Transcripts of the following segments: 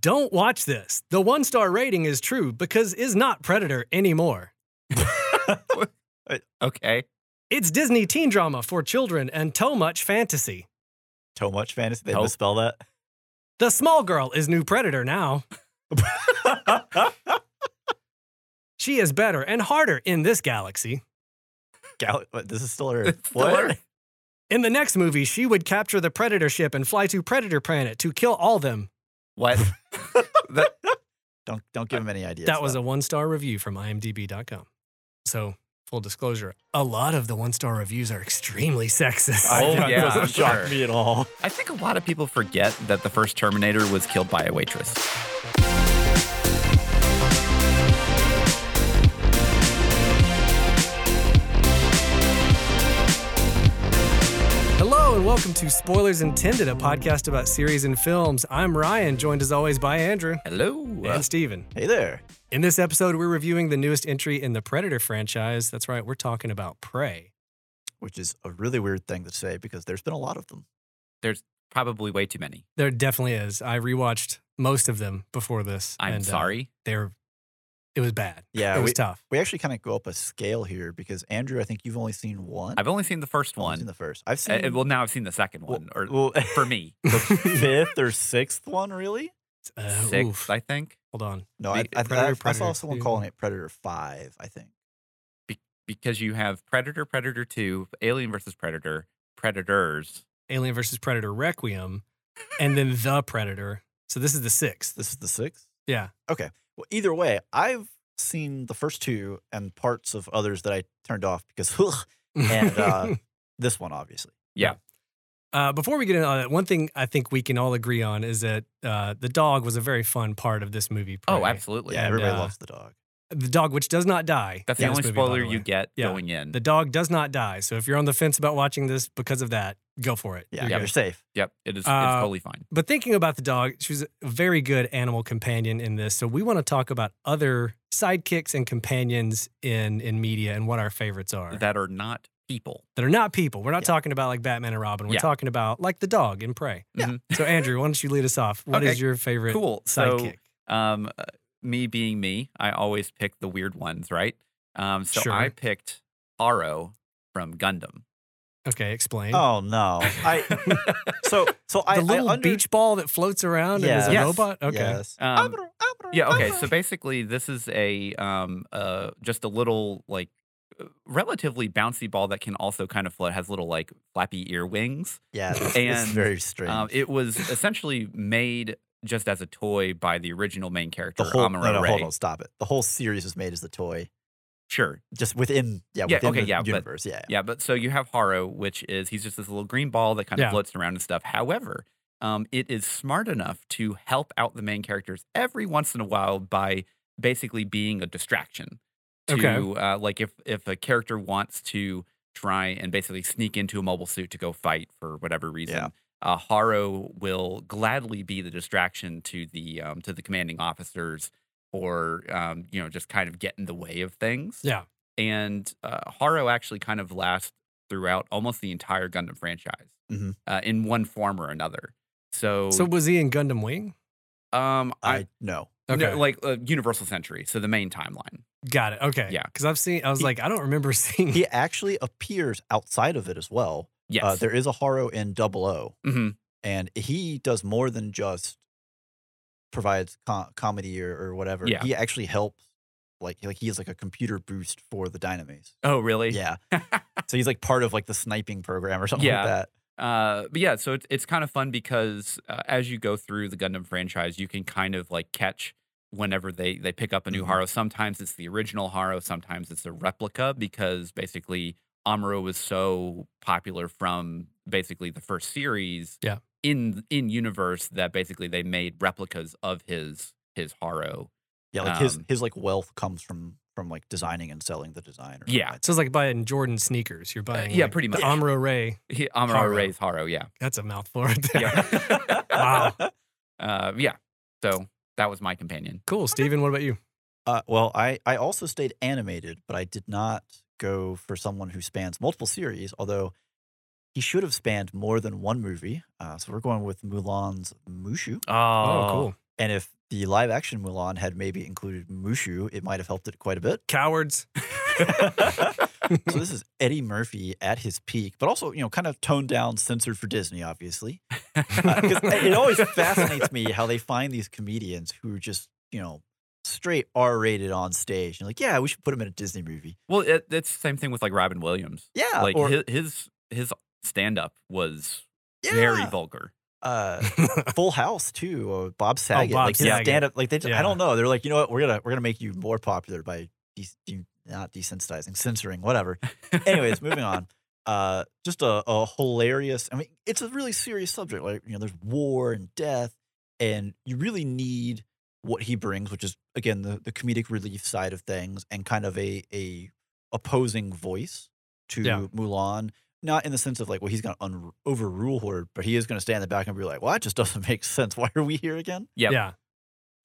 don't watch this. The one star rating is true because is not Predator anymore. Uh, Okay. It's Disney teen drama for children and too much fantasy. Too much fantasy. They Nope. misspell that. The small girl is new Predator now. She is better and harder in this galaxy. Gal- what, this is still Earth. It's still what? Earth. In the next movie, she would capture the Predator ship and fly to Predator planet to kill all them. What? That- Don't don't give him any ideas. that was a one star review from IMDb.com. So, full disclosure, a lot of the one star reviews are extremely sexist. I- Oh, yeah, I'm doesn't shock sure. me at all. I think a lot of people forget that the first Terminator was killed by a waitress. Hello, and welcome to Spoilers Intended, a podcast about series and films. I'm Ryan, joined as always by Andrew Hello. and Steven. Hey there. In this episode, we're reviewing the newest entry in the Predator franchise. That's right, we're talking about Prey. Which is a really weird thing to say because there's been a lot of them. Probably way too many. There definitely is. I rewatched most of them before this. I'm and, uh, sorry. they were, it was bad. Yeah, it was we, tough. we actually kind of go up a scale here because Andrew, I think you've only seen one. I've only seen the first Only one. seen the first. I've Uh, seen well, now I've seen the second well, one, or well, for me, the fifth or sixth one, really? Uh, sixth, oof. I think, Hold on. No, I, The- I, Predator, I, I saw Predator someone two. calling it Predator Five. I think. because you have Predator, Predator Two, Alien versus Predator, Predators. Alien versus Predator Requiem, and then The Predator. So this is the sixth. This is the sixth. Yeah. Well, either way, I've seen the first two and parts of others that I turned off because ugh, and uh, this one obviously. Uh, before we get into all that, one thing I think we can all agree on is that uh, the dog was a very fun part of this movie. Oh, Prey. absolutely. Yeah, And, everybody uh, loves the dog. The dog, which does not die. That's in the this only movie, by spoiler the you way. get Yeah. going in. The dog does not die. So if you're on the fence about watching this because of that, go for it. Yeah, You're you're good. safe. yep, it is. it's Uh, totally fine. But thinking about the dog, she was a very good animal companion in this. So we want to talk about other sidekicks and companions in in media and what our favorites are that, That are not people. are not people. We're not Yeah. talking about like Batman and Robin. We're Yeah. Mm-hmm. talking about like the dog in Prey. Yeah. So Andrew, why don't you lead us off? What is Okay. your favorite Cool. So, sidekick? um, uh, me being me, I always pick the weird ones, right? Um, so I Sure. picked Aro from Gundam. Um, okay, explain. Oh no! I so so I the I little under- beach ball that floats around and is a Yes. robot. Okay. Yes. Um, Abra, abra, Yeah. Okay. So abra. basically, this is a um uh just a little like uh, relatively bouncy ball that can also kind of float. Has little like flappy ear wings. yeah, this, this and, is very strange. Um, it was essentially made just as a toy by the original main character the whole Amuro no, no, Ray. hold on, stop it. The whole series was made as the toy, Sure. just within yeah, Yeah, within okay, the yeah, but- universe. yeah, Yeah. But so you have Haro, which is he's just this little green ball that kind of Yeah. floats around and stuff. However. Um, it is smart enough to help out the main characters every once in a while by basically being a distraction. to Okay. uh, like if if a character wants to try and basically sneak into a mobile suit to go fight for whatever reason. Yeah. Uh, Haro will gladly be the distraction to the um, to the commanding officers, or um, you know just kind of get in the way of things. Yeah. and uh, Haro actually kind of lasts throughout almost the entire Gundam franchise Mhm. uh, in one form or another. So, So was he in Gundam Wing? um, I, I know. Okay. Uh, no, like uh, Universal Century, so the main timeline. Got it. Okay. Yeah. Because I've seen, I was He- like, I don't remember seeing. He actually appears outside of it as well. Yes, Uh, there is a Haro in Double O, hmm and he does more than just provides co- comedy or, or whatever. Yeah. He actually helps, like like he is like a computer boost for the Dynamis. Oh, really? Yeah, so he's like part of like the sniping program or something Yeah. like that. Uh, but yeah, so it's it's kind of fun because uh, as you go through the Gundam franchise, you can kind of like catch whenever they they pick up a new Mm-hmm. Mhm. Haro. Sometimes it's the original Haro, sometimes it's a replica because basically Amuro was so popular from basically the first series. Yeah. In in universe that basically they made replicas of his his Haro. Yeah, like his Um, his like wealth comes from from like designing and selling the design. Or something Yeah. like that. So it's like buying Jordan sneakers. You're buying. yeah, like, pretty the much. Amuro Ray. He- Amuro Haro. Ray's Haro, yeah. That's a mouthful right there. Yeah. Wow. uh, yeah. So that was my companion. Cool. Steven, what about you? Uh, well, I I also stayed animated, but I did not go for someone who spans multiple series. Although he should have spanned more than one movie. Uh, so we're going with Mulan's Mushu. Oh, cool. And if the live action Mulan had maybe included Mushu, it might have helped it quite a bit. Cowards. so this is Eddie Murphy at his peak, but also, you know, kind of toned down, censored for Disney, obviously. Because Uh, it always fascinates me how they find these comedians who are just, you know, straight R rated on stage. And like, yeah, we should put him in a Disney movie. Well, it, it's the same thing with like Robin Williams. Yeah. like or- his his, his stand up was yeah. very vulgar. uh, Full House too. Uh, Bob Saget, Oh, Bob like his Saget. stand up, like they, just, Yeah. I don't know. They're like, you know what? We're gonna we're gonna make you more popular by de- de- not desensitizing, censoring, whatever. Anyways, moving on. Uh, just a, a hilarious. I mean, it's a really serious subject. Like you know, there's war and death, and you really need what he brings, which is again the, the comedic relief side of things, and kind of a a opposing voice to Yeah. Mulan. Not in the sense of like, well, he's going to un- overrule her, but he is going to stand in the back and be like, well, that just doesn't make sense. Why are we here again? Yep. Yeah.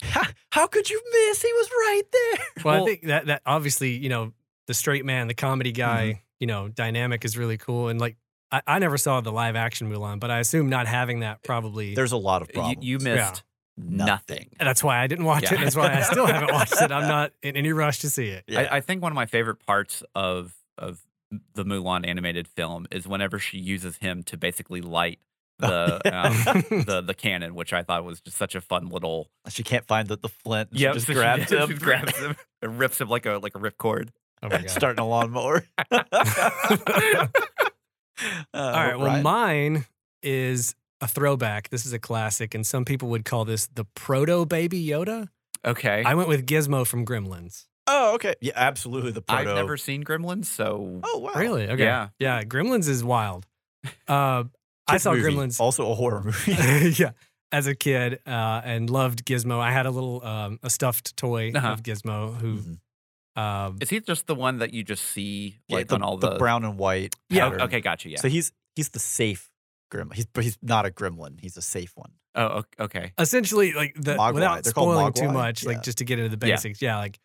Ha, how could you miss? He was right there. Well, I Well- think that that obviously, you know, the straight man, the comedy guy, Mm-hmm. you know, dynamic is really cool. And like, I, I never saw the live action Mulan, but I assume not having that probably. There's a lot of You, problems. you missed Yeah. nothing. that's why I didn't watch it. Yeah. That's why I still haven't watched it. I'm not in any rush to see it. Yeah. I, I think one of my favorite parts of of the Mulan animated film is whenever she uses him to basically light the um, the the cannon, which I thought was just such a fun little. she can't find the, the flint. and Yeah, she just so she- grabs she him, grabs him and rips him like a like a ripcord. Oh my God. starting a lawnmower. All right. Well, mine is a throwback. This is a classic, and some people would call this the proto baby Yoda. Okay, I went with Gizmo from Gremlins. oh, okay. Yeah, absolutely. The I've proto. never seen Gremlins, so Oh, wow. Really? Okay. Yeah. Yeah. Gremlins is wild. Uh, I Kid saw movie, Gremlins. Also a horror movie. yeah. As a kid, uh, and loved Gizmo. I had a little um, a stuffed toy Uh-huh. of Gizmo who. Mhm. Um, is he just the one that you just see Yeah, like the, on all the the, brown and white. Yeah, Oh, pattern. okay, gotcha. Yeah. So he's he's the safe gremlin. He's but he's not a gremlin. He's a safe one. oh, o- okay. essentially like the Mogwai. without They're called spoiling too Mogwai. much, Yeah. like just to get into the Yeah. basics. Yeah. like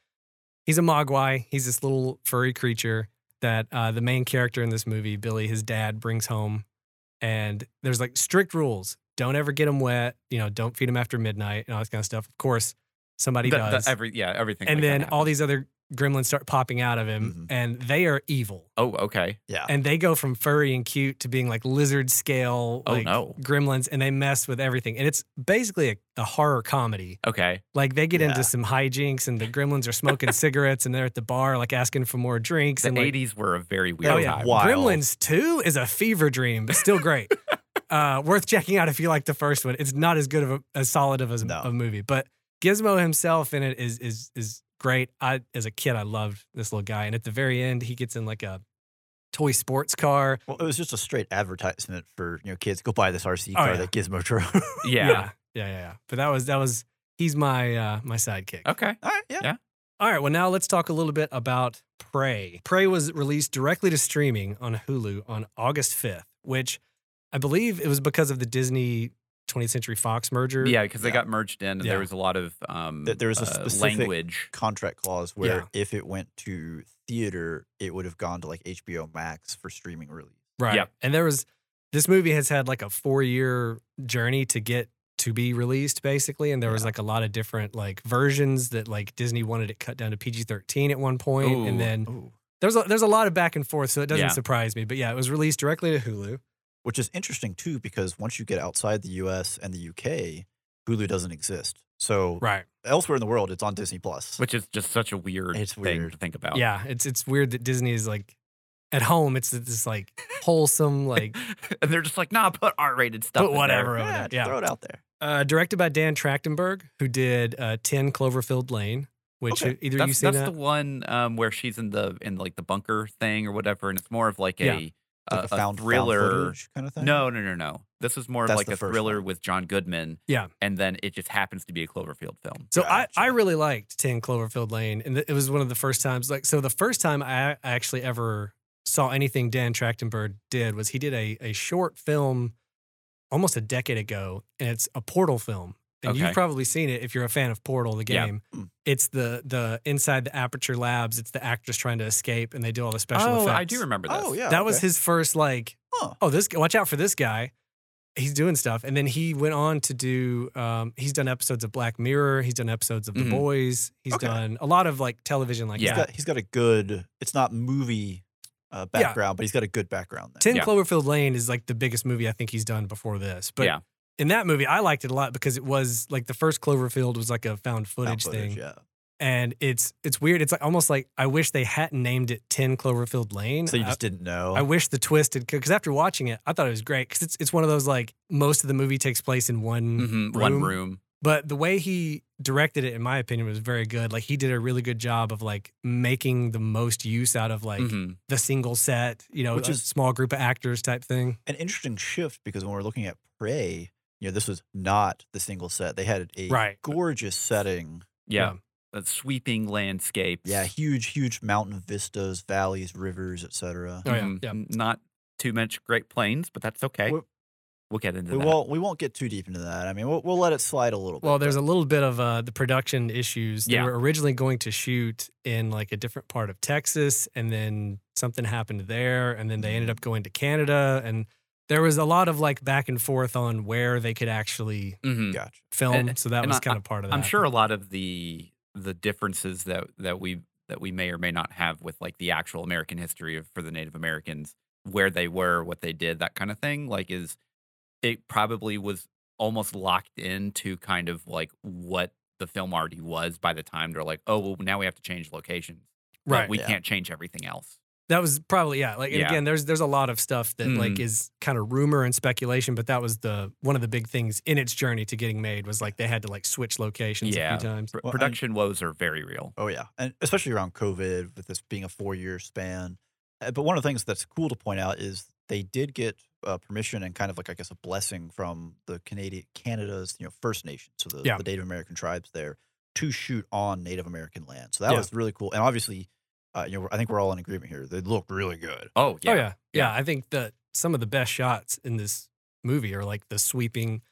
he's a Mogwai. He's this little furry creature that uh, the main character in this movie, Billy, his dad, brings home. And there's like strict rules: don't ever get him wet. You know, don't feed him after midnight and all this kind of stuff. Of course, somebody The- the- does. every yeah everything. and like that then all happens. these other gremlins start popping out of him, Mhm. and they are evil. oh okay Yeah. And they go from furry and cute to being like lizard scale, Oh, like no. gremlins, and they mess with everything. And it's basically a, a horror comedy. okay Like they get Yeah. into some hijinks, and the gremlins are smoking cigarettes, and they're at the bar like asking for more drinks. the and like, 80s were a very weird oh yeah, time Wild. Gremlins Two is a fever dream, but still great. uh, worth checking out if you like the first one. It's not as good of a as solid of a, No. a movie, but Gizmo himself in it is is is great. I as a kid I loved this little guy, and at the very end he gets in like a toy sports car. Well, it was just a straight advertisement for you know kids go buy this RC Oh, car yeah. that Gizmo drove. yeah. yeah, yeah, yeah. yeah. But that was that was he's my uh, my sidekick. okay All right, yeah. Yeah. All right, well, now let's talk a little bit about Prey. Prey was released directly to streaming on Hulu on August 5th, which I believe it was because of the Disney 20th Century Fox merger. yeah because they Yeah. got merged in and Yeah. there was a lot of um Th- there was a uh, specific- language Contract clause where if it went to theater, it would have gone to like HBO Max for streaming release. Right. Yep. And there was, this movie has had like a four year journey to get to be released basically. And there was Yeah. like a lot of different like versions that like Disney wanted it cut down to PG 13 at one point, Ooh. And then Ooh. there's a, there's a lot of back and forth. So it doesn't Yeah. surprise me. But yeah, it was released directly to Hulu. Which is interesting too, because once you get outside the US and the UK, Hulu doesn't exist. So Right. elsewhere in the world, it's on Disney Plus. which is just such a weird It's thing weird. to think about Yeah, it's it's weird that Disney is like at home. It's this like wholesome like and they're just like nah put r-rated stuff but in there." whatever. yeah, Yeah, just yeah. throw it out there. Uh, directed by Dan Trachtenberg, who did uh, Ten Cloverfield Lane, which Okay. either you that's, seen that's that? the one um, where she's in the in like the bunker thing or whatever and it's more of like Yeah. a It's like a, found, thriller found footage kind of thing. no no no no this is more of That's like the a first thriller one. with john goodman Yeah. and then it just happens to be a cloverfield film so Gotcha. I, I really liked Ten Cloverfield Lane, and th- it was one of the first times. Like so, the first time I actually ever saw anything Dan Trachtenberg did was he did a a short film almost a decade ago, and it's a Portal film. And you've Okay. probably seen it if you're a fan of Portal, the Yeah. Hmm. game. Mm. It's the the inside the Aperture Labs. It's the actress trying to escape, and they do all the special oh effects. i do remember this Oh yeah. That was okay. his first like. Huh. Oh, this watch out for this guy. he's doing stuff. And then he went on to do um, he's done episodes of Black Mirror, he's done episodes of The Mhm. Boys, he's Okay. done a lot of like television like that. Yeah. He's got, he's got a good. It's not movie uh, background, but he's got a good background. There. Ten Yeah. Cloverfield Lane is like the biggest movie I think he's done before this. But Yeah. in that movie, I liked it a lot because it was like the first Cloverfield was like a found Found footage, thing, Yeah. and it's it's weird. It's like almost like I wish they hadn't named it Ten Cloverfield Lane. So you I- just didn't know. I wish the twist had because after watching it, I thought it was great because it's it's one of those like most of the movie takes place in one, Mhm, room. One room. but the way he directed it, in my opinion, was very good. Like he did a really good job of like making the most use out of like Mhm. the single set, you know, Which a is- small group of actors type thing. An interesting shift because when we're looking at Prey, you know, this was not the single set. They had a Right. gorgeous setting. Yeah. Yeah. That sweeping landscape. Yeah, huge, huge mountain vistas, valleys, rivers, etc. Oh, yeah, Mhm. yeah. Not too much Great Plains, but that's okay. We- We'll, get into We that. won't we won't get too deep into that. I mean, we'll, we'll let it slide a little bit. Well, there's a little bit of uh, the production issues. They Yeah. were originally going to shoot in like a different part of Texas, and then something happened there, and then they ended up going to Canada, and there was a lot of like back and forth on where they could actually Mhm. gotcha. film. And- so that and was I- kind of part of that. I'm sure a lot of the the differences that that we that we may or may not have with like the actual American history of for the Native Americans, where they were, what they did, that kind of thing, like is it probably was almost locked into kind of like what the film already was by the time they're like, oh well, now we have to change locations, but right? we Yeah. can't change everything else. that was probably yeah. Like and Yeah. again, there's there's a lot of stuff that like Mhm. is kind of rumor and speculation, but that was the one of the big things in its journey to getting made was like they had to like switch locations Yeah. a few times. Pr- Well, and- production woes are very real. Oh yeah, and especially around COVID, with this being a four-year span. Uh, But one of the things that's cool to point out is they did get uh, permission and kind of like I guess a blessing from the Canadian Canada's you know First Nation, so the, Yeah. the Native American tribes there, to shoot on Native American land. So that Yeah. was really cool, and obviously, uh, you know, I think we're all in agreement here. They look really good. Oh yeah. Oh yeah. yeah, Yeah. I think that some of the best shots in this movie are like the sweeping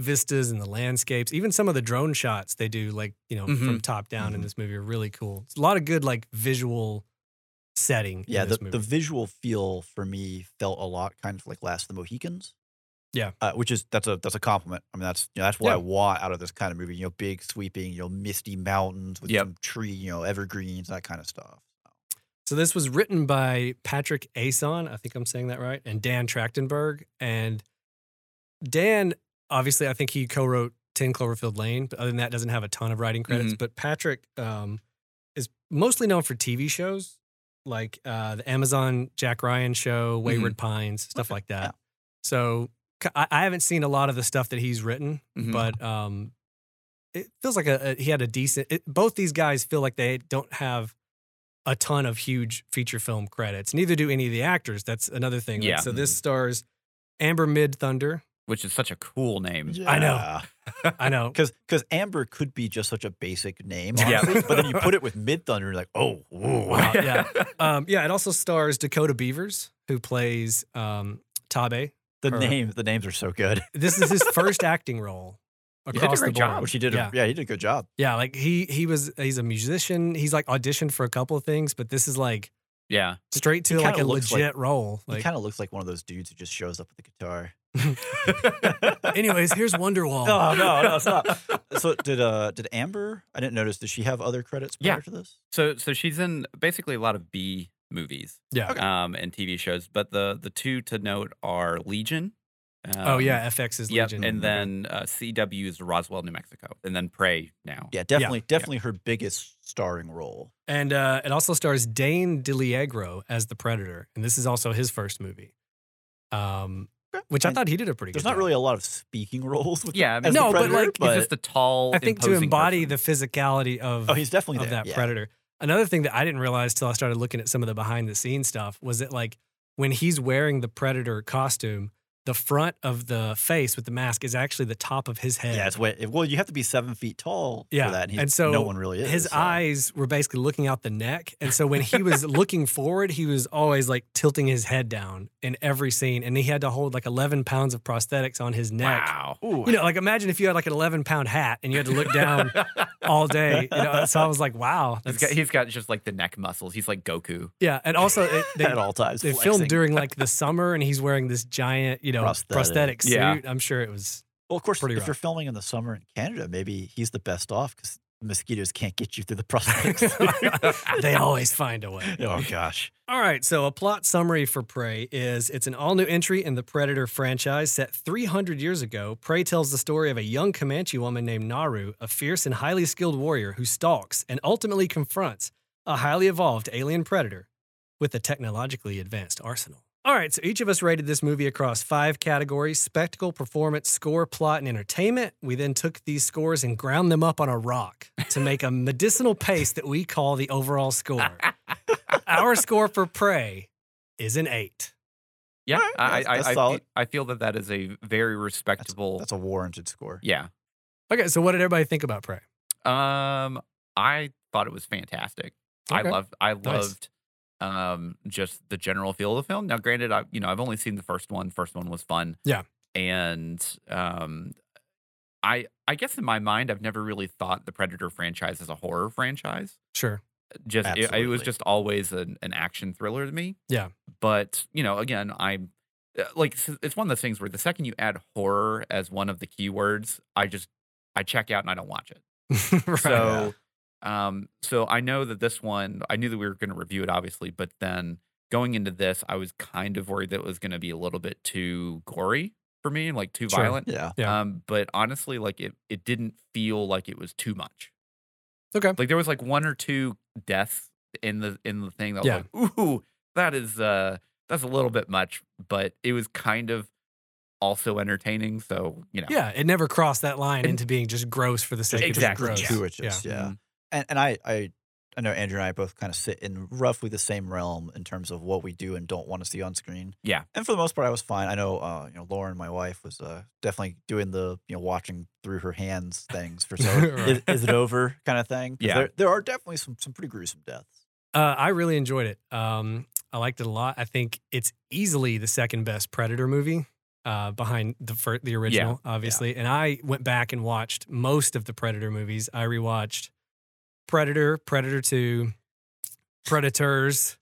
vistas and the landscapes. Even some of the drone shots they do, like you know, from top down in Mhm. this movie, are really cool. It's a lot of good like visual setting. Yeah, in the, this movie. the visual feel for me felt a lot kind of like Last of the Mohicans. Yeah. uh, which is that's a that's a compliment. I mean, that's you know, that's what I Yeah. want out of this kind of movie. You know, big sweeping, you know, misty mountains with Yep. some tree, you know, evergreens, that kind of stuff. So this was written by Patrick Ason, I think I'm saying that right, and Dan Trachtenberg. And Dan, obviously, I think he co-wrote 10 Cloverfield Lane, but other than that, doesn't have a ton of writing credits. But Patrick um, is mostly known for TV shows like uh, the Amazon Jack Ryan show, Wayward Pines, stuff like that. yeah. So c- I, I haven't seen a lot of the stuff that he's written, Mhm. but um, it feels like a, a- he had a decent. It, both these guys feel like they don't have a ton of huge feature film credits. Neither do any of the actors. That's another thing. Like, Yeah. Mm-hmm. so this stars Amber Mid Thunder. which is such a cool name. I know. I know. because because Amber could be just such a basic name, Yeah. honestly, but then you put it with Mid Thunder, you're like, oh, whoa. Wow, yeah. Um, yeah. It also stars Dakota Beavers, who plays um, Tabe. the Her- name the names are so good. This is his first acting role did a across the great board. job. Which he did, Yeah. a, yeah, he did a good job. Yeah, like he he was he's a musician. He's like auditioned for a couple of things, but this is like Yeah. straight to He like kinda a looks legit like- role. he Like, kind of looks like one of those dudes who just shows up with the guitar. anyways, here's Wonderwall. No, no, no, it's not. So did uh did Amber? I didn't notice. Did she have other credits Yeah. prior to this? So so she's in basically a lot of B movies yeah. Okay. um, and TV shows, but the the two to note are Legion. Oh um, yeah, FX is Yep, Legion. and then uh, CW's Roswell, New Mexico, and then Prey now. Yeah, definitely, definitely her biggest starring role. and uh, it also stars Dane DeLiegro as the Predator, and this is also his first movie. Um, Okay. which I And thought he did a pretty There's good. not job. really a lot of speaking roles. With Yeah, I as mean, the No, but, Predator, like, he's just a tall. I think to imposing embody person. the physicality of oh, he's definitely of there. that yeah. predator. Another thing that I didn't realize till I started looking at some of the behind the scenes stuff was that like when he's wearing the predator costume, the front of the face with the mask is actually the top of his head. Yeah, it's way, well, you have to be seven feet tall Yeah, for that. he- and so no one really is. his so. eyes were basically looking out the neck, and so when he was looking forward, he was always like tilting his head down in every scene, and he had to hold like eleven pounds of prosthetics on his neck. Wow. Ooh. You know, like imagine if you had like an eleven pound hat and you had to look down all day. You know, so I was like, wow, that's, He's got, he's got just like the neck muscles. He's like Goku. yeah. And also, it, they, at all times. they flexing. filmed during like the summer and he's wearing this giant you you know, prosthetic, Prosthetic. suit. Yeah. I'm sure it was. Well, of course, Pretty if rough. you're filming in the summer in Canada, maybe he's the best off because mosquitoes can't get you through the prosthetics. they always find a way. oh gosh. All right, so a plot summary for Prey is it's an all new entry in the Predator franchise set 300 years ago. Prey tells the story of a young Comanche woman named Naru, a fierce and highly skilled warrior who stalks and ultimately confronts a highly evolved alien predator with a technologically advanced arsenal. All right, so each of us rated this movie across five categories spectacle, performance, score, plot, and entertainment. We then took these scores and ground them up on a rock to make a medicinal paste that we call the overall score our score for Prey is an eight. Yeah, All right, I, that's- I, that's I, feel, solid. I feel that that is a very respectable. That's a warranted score. yeah. Okay, so what did everybody think about Prey? Um, I thought it was fantastic. Okay. I loved. I Nice. loved. Um, just the general feel of the film. Now, granted, I you know I've only seen the first one. First one was fun. Yeah. And um, I I guess in my mind I've never really thought the Predator franchise as a horror franchise. Sure. Just it, it was Absolutely. just always an, an action thriller to me. Yeah. But you know, again, I'm uh, like s- it's one of those things where the second you add horror as one of the keywords, I just I check out and I don't watch it. Right. So, um, so I know that this one, I knew that we were going to review it, obviously, but then going into this, I was kind of worried that it was going to be a little bit too gory for me, like too Sure. violent. Yeah. Yeah. Um, but honestly, like it, it didn't feel like it was too much. okay. Like there was like one or two deaths in the in the thing that was Yeah. like, ooh, that is uh, that's a little bit much, but it was kind of also entertaining. So you know, Yeah, it never crossed that line And- into being just gross for the sake Exactly. of just gross. Mm-hmm. Gratuitous. Yeah. And and I I I know Andrew and I both kind of sit in roughly the same realm in terms of what we do and don't want to see on screen. Yeah. And for the most part, I was fine. I know uh, you know Lauren, my wife, was uh, definitely doing the you know watching through her hands things for so is, Right. is it over kind of thing. 'Cause Yeah. There, there are definitely some some pretty gruesome deaths. Uh, I really enjoyed it. Um, I liked it a lot. I think it's easily the second best Predator movie uh, behind the fir- the original, obviously. And I went back and watched most of the Predator movies. I rewatched Predator, Predator Two, Predators,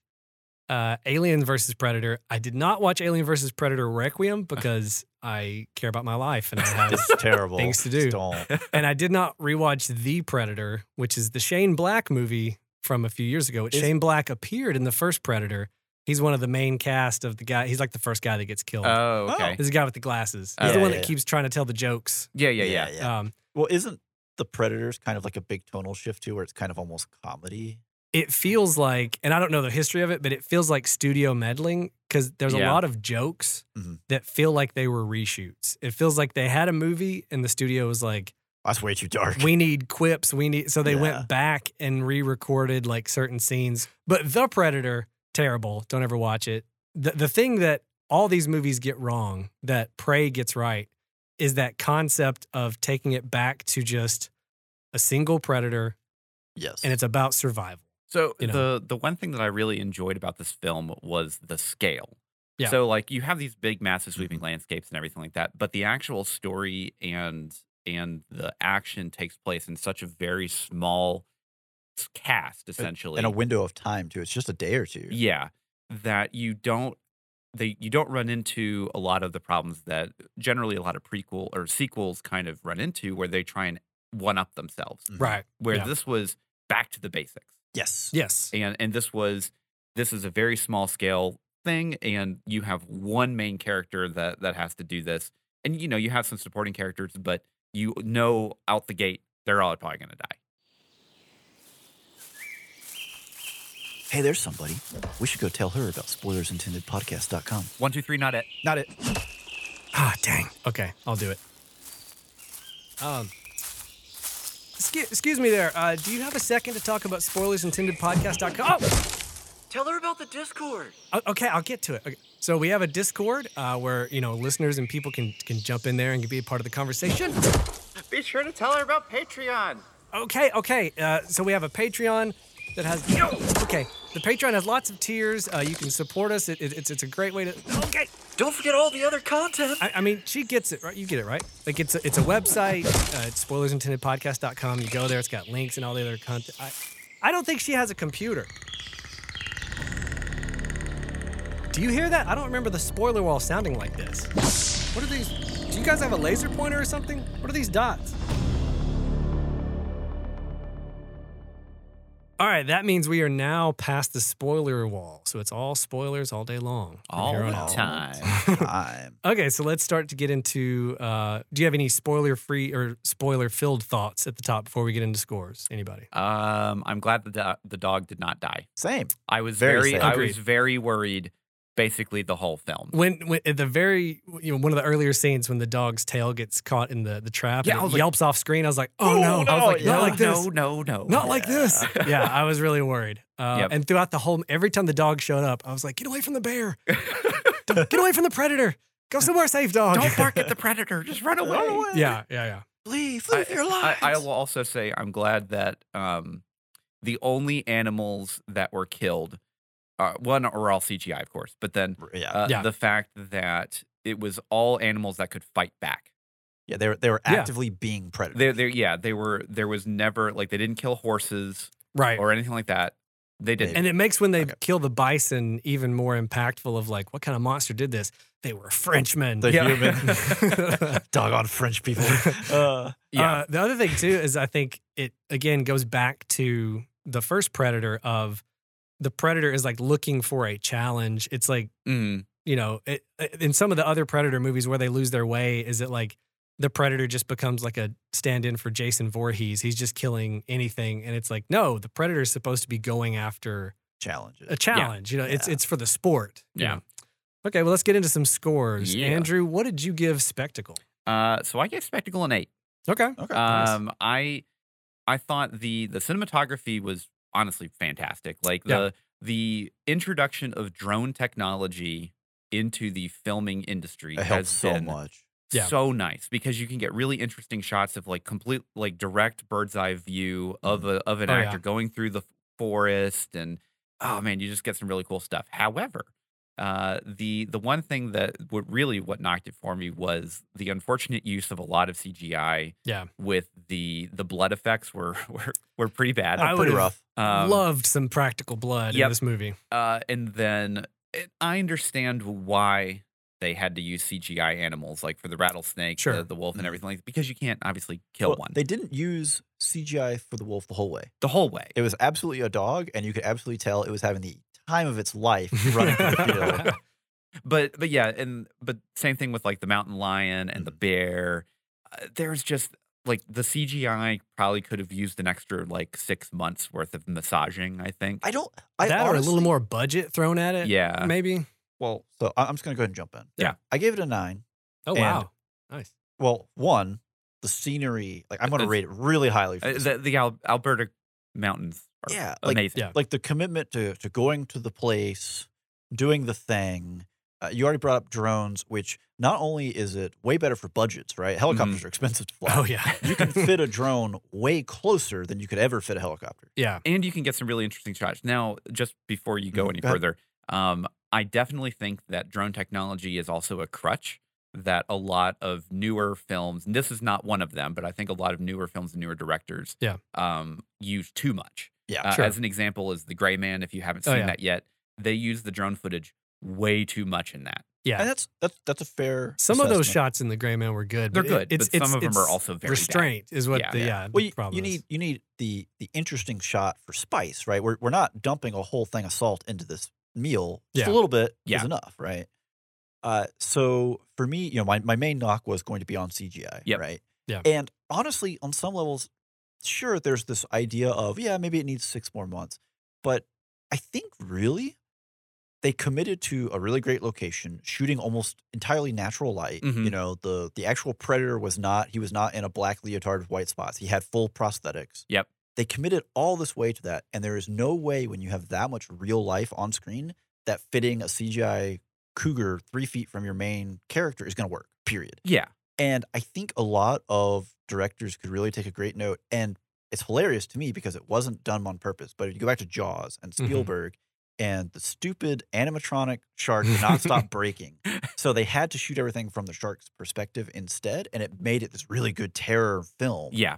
uh, Alien versus Predator. I did not watch Alien versus Predator Requiem because I care about my life and I have It's terrible. Things to Just do. don't. and I did not rewatch The Predator, which is the Shane Black movie from a few years ago. Is- Shane Black appeared in the first Predator. He's one of the main cast of the guy. He's like the first guy that gets killed. Oh, okay. He's the guy with the glasses. He's Oh. the Yeah, one yeah, that yeah. keeps trying to tell the jokes. yeah, yeah. yeah. Um, Well, isn't the Predators kind of like a big tonal shift too, where it's kind of almost comedy? it feels like, and I don't know the history of it, but it feels like studio meddling because there's a Yeah. Mm-hmm. lot of jokes Mhm. that feel like they were reshoots. It feels like they had a movie and the studio was like, That's way too dark. we need quips. We need so they Yeah. went back and re-recorded like certain scenes. But The Predator, terrible. Don't ever watch it. The the thing that all these movies get wrong, that Prey gets right, is that concept of taking it back to just a single predator yes. and it's about survival. So you know? the the one thing that I really enjoyed about this film was the scale. Yeah. Mm-hmm. So like you have these big, massive, sweeping landscapes and everything like that, but the actual story and and the action takes place in such a very small s- cast, essentially. in a window of time too. It's just a day or two. yeah, that you don't they you don't run into a lot of the problems that generally a lot of prequel or sequels kind of run into, where they try and one up themselves. Mhm. Right. Where Yeah. this was back to the basics Yes. Yes. and and this was this is a very small scale thing and you have one main character that that has to do this and you know you have some supporting characters but you know out the gate they're all probably going to die Hey, there's somebody. We should go tell her about spoilersintendedpodcast.com. one two three not it Not it. Ah, dang. Okay, I'll do it. Um Excuse, excuse me there. Uh, do you have a second to talk about spoilersintendedpodcast.com? Oh! Tell her about the Discord. O- Okay, I'll get to it. Okay. So we have a Discord uh, where you know listeners and people can can jump in there and can be a part of the conversation. Be sure to tell her about Patreon. Okay, okay. Uh, so we have a Patreon that has okay. The Patreon has lots of tiers. Uh, you can support us. It, it, it's it's a great way to. Okay, Don't forget all the other content. I, I mean she gets it right. You get it right. Like it's a, it's a website. Uh, it's spoilersintendedpodcast.com. You go there. It's got links and all the other content. I I don't think she has a computer. Do you hear that? I don't remember the spoiler wall sounding like this. What are these? Do you guys have a laser pointer or something? What are these dots? All right, that means we are now past the spoiler wall. So it's all spoilers all day long. from all here on the out. time. time. Okay, so let's start to get into. Uh, do you have any spoiler-free or spoiler-filled thoughts at the top before we get into scores? Anybody? Um, I'm glad the do- the dog did not die. Same. I was Very very, sad. I Agreed. was very worried. Basically, the whole film. When, when at the very you know one of the earlier scenes when the dog's tail gets caught in the the trap, Yeah, and I it was like- yelps off screen. I was like, oh, Oh, no, no, I was like, yeah. not like this, no, no, no, not like this. Yeah. Yeah, I was really worried. Uh, Yep. And throughout the whole, every time the dog showed up, I was like, get away from the bear, Don't- get away from the predator, go somewhere safe, dog. Don't bark at the predator. Just run away. Run away. yeah, yeah, yeah. Please leave your I, lives. I will also say I'm glad that um, the only animals that were killed, uh, one are all CGI, of course, but then yeah. uh, Yeah. the fact that it was all animals that could fight back. yeah. They were they were Yeah. actively being predators. There, there, yeah, they were. There was never like they didn't kill horses Right. or anything like that. They didn't. And it makes when they Okay. kill the bison even more impactful of like, what kind of monster did this? They were Frenchmen. The Yeah. human doggone French people. Uh, yeah, Uh, the other thing too is I think it again goes back to the first predator of the predator is like looking for a challenge. It's like Mm. you know, it, in some of the other predator movies where they lose their way, is it like the predator just becomes like a stand-in for Jason Voorhees? He's just killing anything, and it's like no, the predator is supposed to be going after challenges. a challenge. You know, it's Yeah. it's for the sport. you Yeah. know. Okay, well, let's get into some scores. Yeah. Andrew, what did you give Spectacle? Uh, so I gave Spectacle an eight. Okay. Okay. Um, I I thought the the cinematography was honestly fantastic. Like the Yeah. the introduction of drone technology into the filming industry it has helps so been much. Yeah. so nice because you can get really interesting shots of like complete like direct bird's eye view of a of an Oh, yeah. actor going through the forest and oh man, you just get some really cool stuff. However, uh, the the one thing that what really what knocked it for me was the unfortunate use of a lot of CGI. Yeah. with the the blood effects were were, were pretty bad. I Oh, Pretty would've- rough. Um, Loved some practical blood in Yep. this movie. uh, and then it, I understand why they had to use CGI animals, like for the rattlesnake, Sure. the, the wolf, and Mhm. everything, like because you can't obviously kill Well, one They didn't use CGI for the wolf the whole way. the whole way. It was absolutely a dog, and you could absolutely tell it was having the time of its life running through the field. but but yeah, and but same thing with like the mountain lion and Mm-hmm. the bear. Uh, there's just like the CGI probably could have used an extra like six months worth of massaging. I think. I don't. I that or a little honestly- more budget thrown at it. yeah. Maybe. Well, so I- I'm just gonna go ahead and jump in. Yeah. I gave it a nine. Oh, And- wow. Nice. Well, one, the scenery. Like I'm gonna It's- rate it really highly. For Uh, this. the the Al- Alberta mountains are Yeah, like- amazing. yeah. like the commitment to to going to the place, doing the thing. Uh, you already brought up drones, which not only is it way better for budgets, right? Helicopters are expensive to fly. Mm-hmm. Oh, yeah. you can fit a drone way closer than you could ever fit a helicopter. yeah. and you can get some really interesting shots. Now, just before you go Mm-hmm. Mhm. any Go ahead. further, um, I definitely think that drone technology is also a crutch that a lot of newer films, and this is not one of them, but I think a lot of newer films and newer directors Yeah. um, use too much. Yeah, Uh, sure. As an example, is The Gray Man, if you haven't Oh, seen yeah. that yet, they use the drone footage way too much in that. Yeah. and that's that's that's a fair. Some of those assessment. shots in the Gray Man were good. They're but it- good, it's, but some it's- of them it's are also very bad. restraint is what Yeah. the Yeah. yeah. the Well, you, problem you is. need you need the the interesting shot for spice, right? We're we're not dumping a whole thing of salt into this meal. Just Yeah. a little bit Yeah. is enough, right? Uh, so for me, you know, my, my main knock was going to be on CGI, Yep. right? Yeah. And honestly, on some levels, sure, there's this idea of yeah, maybe it needs six more months, but I think really they committed to a really great location, shooting almost entirely natural light. Mhm. You know, the the actual predator was not he was not in a black leotard with white spots. He had full prosthetics. Yep. They committed all this way to that, and there is no way when you have that much real life on screen that fitting a CGI cougar three feet from your main character is going to work. Period. Yeah. And I think a lot of directors could really take a great note. And it's hilarious to me because it wasn't done on purpose. But if you go back to Jaws and Mm-hmm. Mhm. Spielberg, and the stupid animatronic shark did not stop breaking. So they had to shoot everything from the shark's perspective instead. And it made it this really good terror film. Yeah.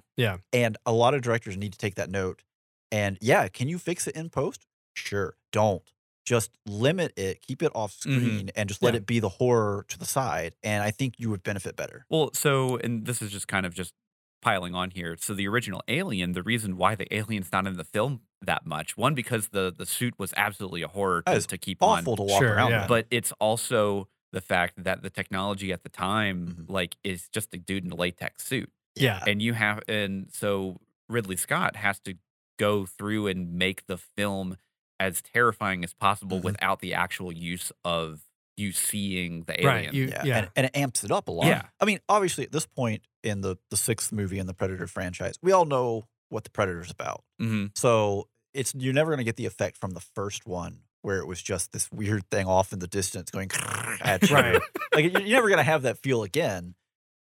And a lot of directors need to take that note. And yeah, can you fix it in post? Sure. Don't. just limit it, keep it off screen, and just let Mm-hmm. Yeah. it be the horror to the side. And I think you would benefit better. Well, so and this is just kind of just piling on here. So the original Alien, the reason why the alien's not in the film that much, one because the the suit was absolutely a horror That to, is to keep on, Awful to walk Sure, around, yeah. in. but it's also the fact that the technology at the time, Mm-hmm. like, is just a dude in a latex suit, Uh Yeah. and you have, and so Ridley Scott has to go through and make the film as terrifying as possible Mhm. without the actual use of you seeing the alien. Right. You, yeah. yeah, And, and it amps it up a lot. Yeah. I mean, obviously, at this point in the the sixth movie in the Predator franchise, we all know what the Predator's about. Mhm. So it's you're never going to get the effect from the first one where it was just this weird thing off in the distance going at you. Right. like you're you're never going to have that feel again.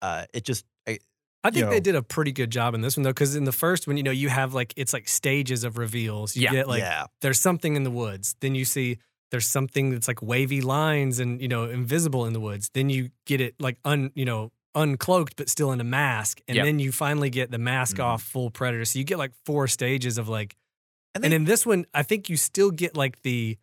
Uh, it just I, I think you they know. did a pretty good job in this one though, because in the first one, you know, you have like it's like stages of reveals. You Yeah. get like yeah, there's something in the woods. Then you see there's something that's like wavy lines and you know invisible in the woods. Then you get it like un you know uncloaked but still in a mask, and Yep. then you finally get the mask Mhm. off full predator. So you get like four stages of like. And And, they- in this one, I think you still get like the.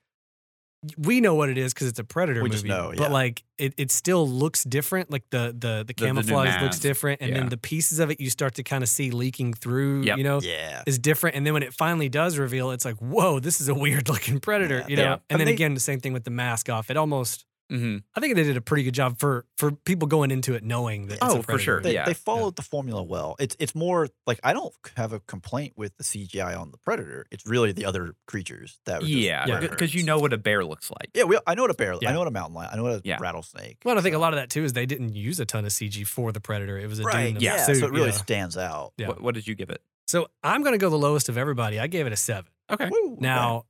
We know what it is because it's a predator We movie, just know, yeah. but like it, it still looks different. Like the the the the new camouflage looks mask, different, and yeah. then the pieces of it you start to kind of see leaking through. Yep. You know, yeah. is different. And then when it finally does reveal, it's like, whoa, this is a weird looking predator, Yeah. you know? Yeah. And then they- again, the same thing with the mask off. It almost, Mhm. I think they did a pretty good job for for people going into it knowing that. it's Oh, a for predator. sure. They, Yeah. they followed the formula well. It's it's more like I don't have a complaint with the CGI on the Predator. It's really the other creatures that were just Yeah, Yeah. because you know what a bear looks like. Yeah, we, I know what a bear. Yeah. I know what a mountain lion. I know what a Yeah. rattlesnake. Well, I think a lot of that too is they didn't use a ton of CG for the predator. It was a dude in a yeah. suit. so it really yeah. stands out. Yeah. What, what did you give it? So I'm going to go the lowest of everybody. I gave it a seven. Okay. Woo, Now,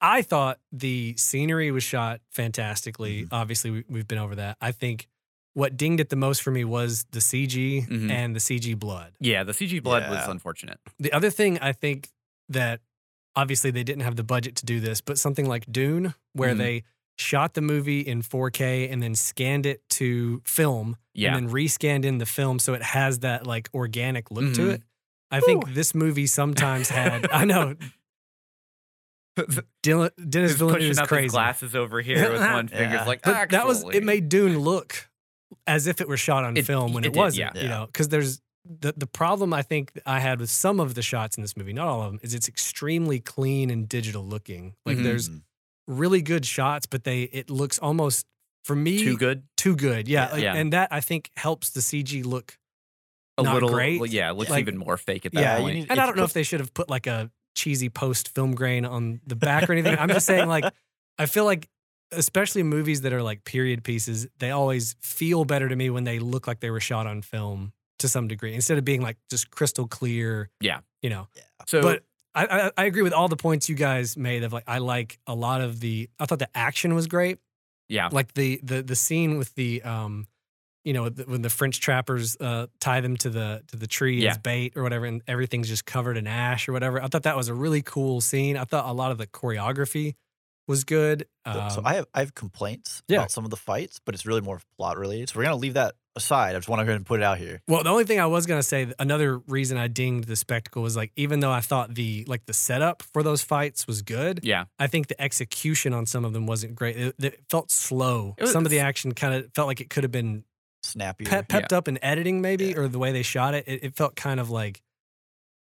I thought the scenery was shot fantastically. Mhm. Obviously, we, we've been over that. I think what dinged it the most for me was the CG Mhm. and the CG blood. Yeah, the CG blood was Yeah. unfortunate. The other thing I think that obviously they didn't have the budget to do this, but something like Dune, where Mhm. they shot the movie in 4K and then scanned it to film Yeah. and then rescanned in the film so it has that like organic look to Mhm. it. I think this movie sometimes had, I know, Dylan, Dennis Villeneuve is He's pushing up his crazy. glasses over here with one finger. Yeah. It's like, "Ah, But actually. that was, it made Dune look as if it were shot on It- film when it it, did, wasn't, yeah. you know, because there's the, the problem I think I had with some of the shots in this movie, not all of them, is it's extremely clean and digital looking. Like Mhm. there's Mhm. really good shots, but they it looks almost for me too good. too good. Yeah, Yeah. like- Yeah. and that I think helps the CG look. A Not little. great. well, Yeah, it looks Like- even more fake at that Yeah, you point. need- And I It's don't know if just- they should have put like a cheesy post film grain on the back or anything. I'm just saying, like, I feel like especially movies that are like period pieces, they always feel better to me when they look like they were shot on film to some degree instead of being like just crystal clear. Yeah. you know. so, but I, I I agree with all the points you guys made of like I like a lot of the I thought the action was great. yeah. like the the the scene with the um you know the, when the french trappers uh tie them to the to the tree Yeah. as bait or whatever and everything's just covered in ash or whatever i thought that was a really cool scene i thought a lot of the choreography was good So- um, so I have I have complaints yeah. about some of the fights, but it's really more plot related. So we're gonna leave that aside. I just want to go ahead and put it out here. well the only thing i was going to say another reason i dinged the spectacle was like even though i thought the like the setup for those fights was good Yeah. i think the execution on some of them wasn't great it, it felt slow It was- some of the action kind of felt like it could have been Snappy. pe- pepped up in editing maybe Yeah. or the way they shot it, it it felt kind of like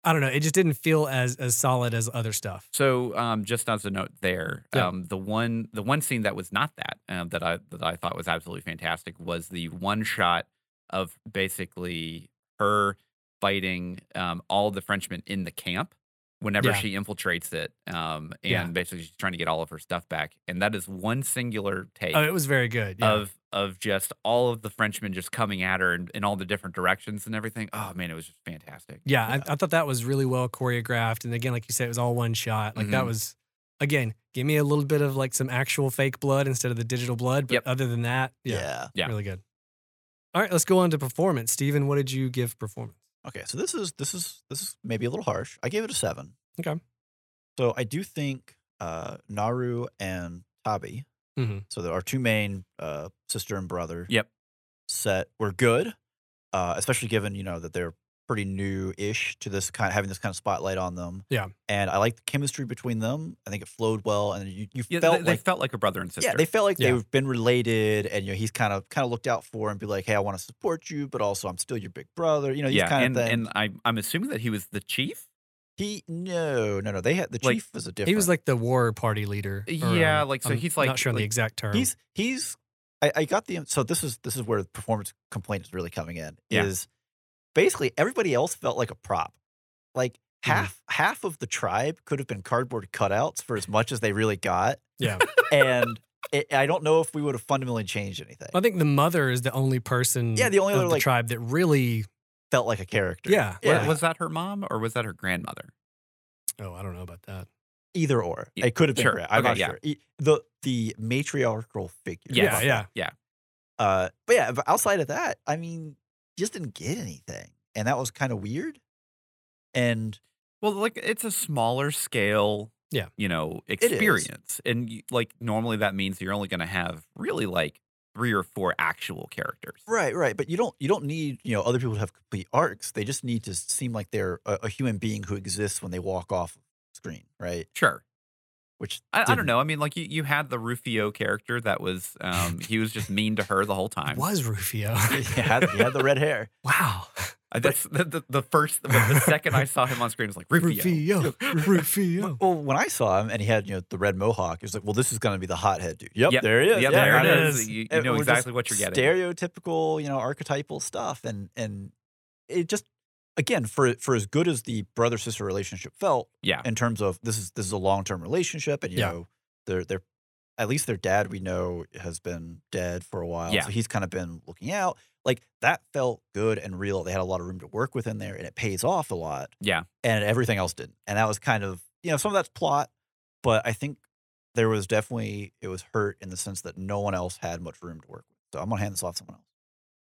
i don't know it just didn't feel as as solid as other stuff So, um, just as a note, there, Yeah. um, the one the one scene that was not that um, that I that I thought was absolutely fantastic was the one shot of basically her fighting um, all the Frenchmen in the camp. Whenever Yeah. she infiltrates it, um, and Yeah. basically she's trying to get all of her stuff back, and that is one singular take oh it was very good yeah. of of just all of the Frenchmen just coming at her in, in all the different directions and everything. Oh man, it was just fantastic. yeah, I, I thought that was really well choreographed and again like you said it was all one shot like that Mhm. was again give me a little bit of like some actual fake blood instead of the digital blood but Yep. other than that Yeah. yeah, Yeah. really good all right let's go on to performance steven what did you give performance Okay. So this is this is this is maybe a little harsh. I gave it a seven. Okay. So I do think uh, Naru and Tabi, Mhm. so there are two main uh, sister and brother Yep. set were good, uh, especially given you know that they're pretty new-ish to this kind of having this kind of spotlight on them. Yeah. and I like the chemistry between them. I think it flowed well, and you, you Yeah, felt they, they like felt like a brother and sister. yeah, they felt like Yeah. they've been related, and you know he's kind of kind of looked out for and be like, hey, I want to support you, but also I'm still your big brother. You know, these yeah, kind and, of things. and I, I'm assuming that he was the chief. he no, no, no. They had the Like, chief was a different. He was like the war party leader. or, um, Yeah, like, so I'm he's like- not sure on the like, exact term. he's he's I, I got the so this is this is where the performance complaint is really coming in Yeah. is basically everybody else felt like a prop like Mm-hmm. half half of the tribe could have been cardboard cutouts for as much as they really got yeah. and it, i don't know if we would have fundamentally changed anything I think the mother is the only person. Yeah, the only of other, the like- tribe that really. felt like a character Yeah. Wa- Yeah. Was that her mom or was that her grandmother? Oh, I don't know about that. either or Yeah, it could have been sure. sure. i'm Okay, not yeah. sure E- the the matriarchal figure Yeah, Yeah, yeah. uh but yeah but outside of that i mean just didn't get anything and that was kind of weird and Well, like it's a smaller scale, Yeah. you know, is. experience, and you, like normally that means you're only going to have really like three or four actual characters. Right, right, but you don't you don't need you know other people to have complete arcs. They just need to seem like they're a, a human being who exists when they walk off screen, right? Sure. Which I, I don't Didn't- know. I mean, like you, you had the Rufio character that was um, he was just mean to her the whole time. Was Rufio. he had, he had the red hair. wow. I- That's the, the, the first the, the second I saw him on screen I was like Rufio. Rufio. Rufio. Well, when I saw him and he had you know the red mohawk, it was like, well, this is going to be the hothead dude. Yep, Yep, there he is. Yep, yeah, there I got it know. is. You, you And know we're exactly just what you're getting. Stereotypical, you know, archetypal stuff, and and it just again for for as good as the brother sister relationship felt, Yeah. in terms of this is this is a long term relationship, and you Yeah. know, they're they're at least their dad we know has been dead for a while, Yeah. so he's kind of been looking out. Like that felt good and real. They had a lot of room to work with in there, and it pays off a lot. Yeah. and everything else didn't, and that was kind of you know some of that's plot, but I think there was definitely it was hurt in the sense that no one else had much room to work with. So I'm gonna hand this off to someone else.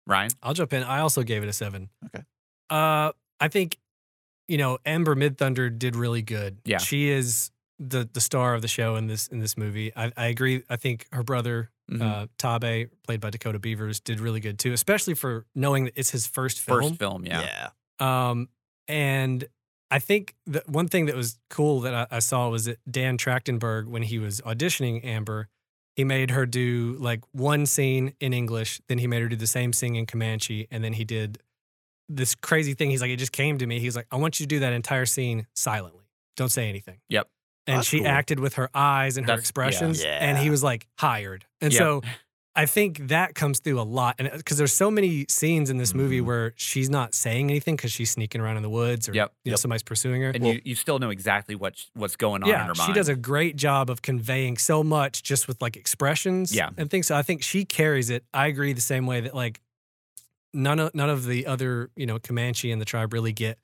Ryan. I'll jump in. I also gave it a seven. Okay. Uh, I think, you know, Amber Mid Thunder did really good. Yeah. She is the the star of the show in this in this movie. I, I agree. I think her brother Mhm. uh, Tabe, played by Dakota Beavers, did really good too, especially for knowing that it's his first film. First film, yeah. Um, and I think the one thing that was cool that I, I saw was that Dan Trachtenberg, when he was auditioning Amber, he made her do like one scene in English, then he made her do the same scene in Comanche, and then he did this crazy thing. He's like, it just came to me. He's like, I want you to do that entire scene silently. Don't say anything. Yep. And That's she cool. acted with her eyes and her That's- yeah. expressions, Yeah. and he was like hired. And Yep. so I think that comes through a lot, and because there's so many scenes in this movie Mhm. where she's not saying anything because she's sneaking around in the woods, or Yep. you know Yep. somebody's pursuing her. And you, you still know exactly what sh- what's going on in yeah, her mind. she does a great job of conveying so much just with like expressions, Yeah. and things. So I think she carries it. I agree the same way that like none of none of the other you know Comanche and the tribe really get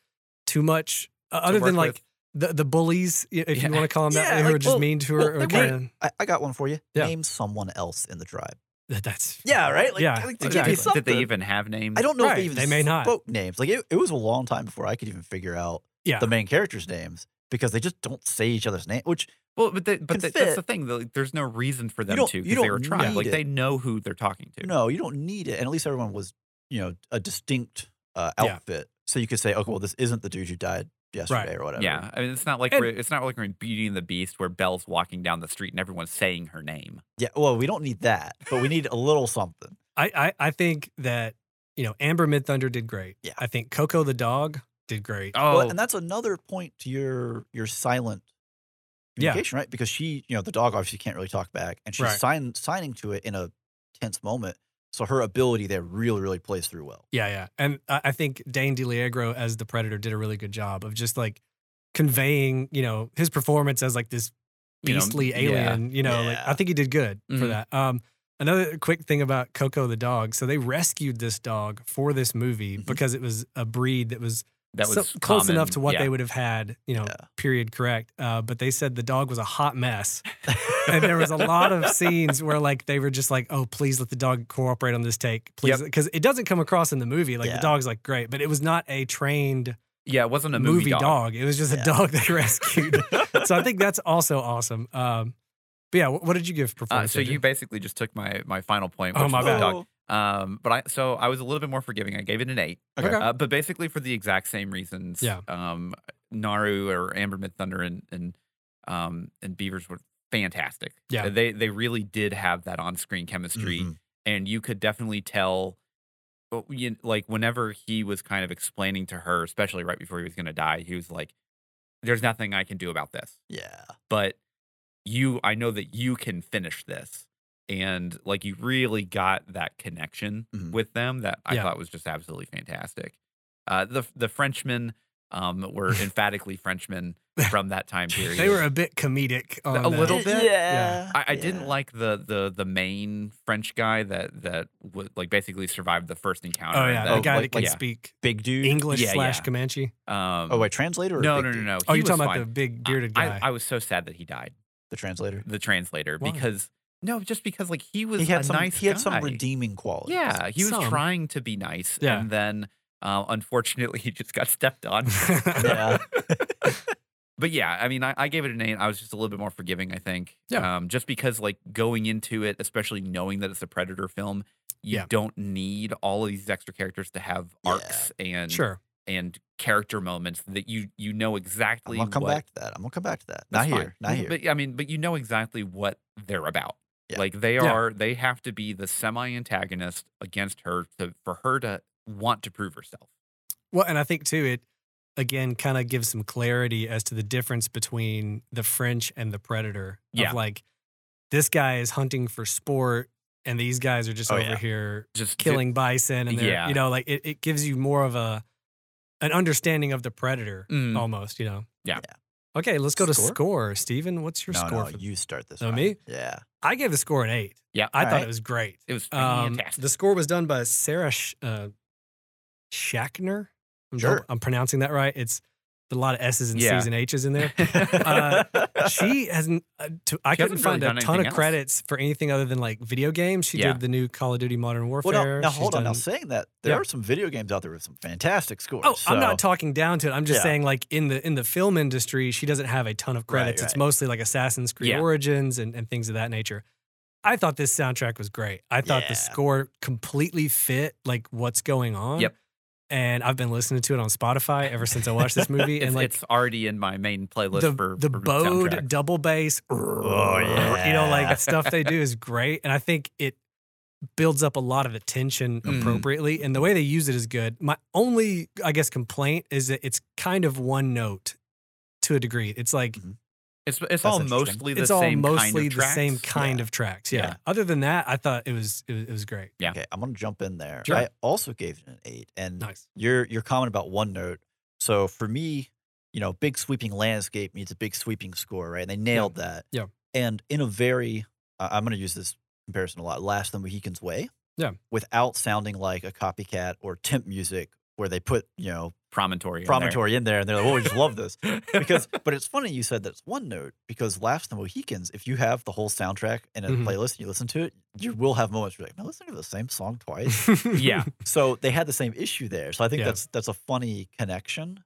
too much uh, To other than work like with. the the bullies, i- if Yeah. you want to call them that, Yeah, who like, are just well, mean to well, her. or they were- kinda- I, I got one for you. Yeah. Name someone else in the tribe. that- that's Yeah, right. Like, Yeah, I think to Well, give you exactly. something. Did they even have names? I don't know if Right, they even they may not. spoke names. Like it, it was a long time before I could even figure out yeah. the main characters' names because they just don't say each other's name. Which Well, but they, can but they, that's fit. the thing. though, like, there's no reason for them don't- to you because they don't were trying. need Like they it. know who they're talking to. no, you don't need it. And at least everyone was, you know, a distinct uh, Yeah. outfit, so you could say, okay, well, this isn't the dude who died yesterday or whatever. Yeah, I mean it's not like And- we're, it's not like we're in Beauty and the Beast where Belle's walking down the street and everyone's saying her name. yeah. Well, we don't need that, but we need a little something. I, I I think that you know Amber Mid Thunder did great. Yeah. I think Coco the dog did great. Oh, Well, and that's another point to your your silent Yeah. communication, right? Because she, you know, the dog obviously can't really talk back, and she's Right. sign, signing to it in a tense moment. So her ability there really, really plays through well. Yeah, yeah, and I, I think Dane DeLiegro as the Predator did a really good job of just like conveying you know his performance as like this you know, beastly yeah. alien. You know, like, Yeah. I think he did good for Mhm. that. Um, another quick thing about Coco the dog. So they rescued this dog for this movie Mhm. because it was a breed that was Mm-hmm. that was so- close common. enough to what yeah. they would have had, you know, Yeah. period correct. Uh, but they said the dog was a hot mess. and there was a lot of scenes where like they were just like, oh, please let the dog cooperate on this take. Please. Because it doesn't come across in the movie. Like Yeah. the dog's like, great. But it was not a trained Yeah, it wasn't a movie, movie, dog. It was just a Yeah. dog they rescued. so I think that's also awesome. Um, but yeah, wh- what, did you give Uh, performance? so you Andrew? basically just took my my final point. Oh, which my was the bad. dog. Um, but I so I was a little bit more forgiving. I gave it an eight. Okay. Okay. Uh, but basically for the exact same reasons. Yeah. Um, Naru or Amber Mid Thunder and and um and Beavers were fantastic. Yeah. They they really did have that on screen chemistry, Mhm. and you could definitely tell. but you- Like whenever he was kind of explaining to her, especially right before he was going to die, he was like, "There's nothing I can do about this." Yeah. but you I know that you can finish this. And like you really got that connection Mhm. with them that Mm-hmm. I Yeah. thought was just absolutely fantastic. Uh, the the Frenchmen um, were emphatically Frenchmen from that time period. They were a bit comedic. On A that. little bit? Yeah. I, I didn't yeah. like the the the main French guy that that would like basically survived the first encounter. Oh yeah, That- the guy like- that can yeah. speak Big dude. English Yeah, slash yeah. Comanche. um, Oh wait, translator. Or no, big no, no, dude? no. Oh, He you're was talking about fine. the big I- bearded I, guy. I was so sad that he died. The translator. The translator Why? because no, just because like he was He had a some. nice he had some guy. redeeming qualities. Yeah, he was Some. trying to be nice, Yeah. and then uh, unfortunately, he just got stepped on. Yeah. but yeah, I mean, I, I gave it an eight. I was just a little bit more forgiving, I think. Yeah. Um, just because, like, going into it, especially knowing that it's a Predator film, you Yeah. don't need all of these extra characters to have Yeah. arcs and sure. and character moments that you you know I'm exactly. gonna come what- back to that. I'm gonna come back to that. That's not fine. here. Not here. But I mean, but you know exactly what they're about. Yeah. Like they Yeah. are, they have to be the semi-antagonist against her to for her to want to prove herself. Well, and I think too, it again kind of gives some clarity as to the difference between the French and the predator. Yeah. Of like, this guy is hunting for sport, and these guys are just Oh, over yeah. here Just to- killing bison, and they're, Yeah. you know, like it, it gives you more of a an understanding of the predator Mm. almost. You know. Yeah. Okay, let's go to Score? score. Steven, what's your no, score? no, for- you start this. Oh, one. me? Yeah. I gave the score an eight. Yeah. I thought Alright. it was great. It was Um, fantastic. the score was done by Sarah Sh- uh, Shackner. I'm, Sure. hope I'm pronouncing that right. It's a lot of S's and Yeah. C's and H's in there. she hasn't. Uh, to, I She hasn't couldn't find really done a ton of anything else. credits for anything other than like video games. She Yeah. did the new Call of Duty Modern Warfare. well, now, now She's hold on. Now done- saying that, there Yeah. are some video games out there with some fantastic scores. Oh, so, I'm not talking down to it. I'm just Yeah. saying, like in the in the film industry, she doesn't have a ton of credits. It's right. mostly like Assassin's Creed Yeah. Origins and, and things of that nature. I thought this soundtrack was great. I thought Yeah. the score completely fit like what's going on. Yep. And I've been listening to it on Spotify ever since I watched this movie. it's, and like it's already in my main playlist the, for the for bowed soundtrack. Oh, double bass. yeah. You know, like the stuff they do is great. And I think it builds up a lot of the tension Mhm. appropriately. And the way they use it is good. My only, I guess, complaint is that it's kind of one note to a degree. It's like, It's it's all That's interesting. mostly the it's all same mostly kind of the same tracks. kind Yeah. of tracks. Yeah. Yeah. Other than that, I thought it was it was, it was great. Yeah. Okay, I'm gonna jump in there. Sure. I also gave it an eight, and Nice. your your comment about one note. So for me, you know, big sweeping landscape means a big sweeping score, right? And they nailed that. Yeah. And in a very, uh, I'm going to use this comparison a lot. Last the Mohicans way. Yeah. Without sounding like a copycat or temp music, where they put you know promontory. in there. promontory in there, and they're like, "Oh, we just love this." Because, but it's funny you said that it's one note because "Laughs the Mohicans." If you have the whole soundtrack in a Mhm. playlist and you listen to it, you will have moments where you're like, "Am I listening to the same song twice?" yeah, so they had the same issue there. So I think Yeah. that's that's a funny connection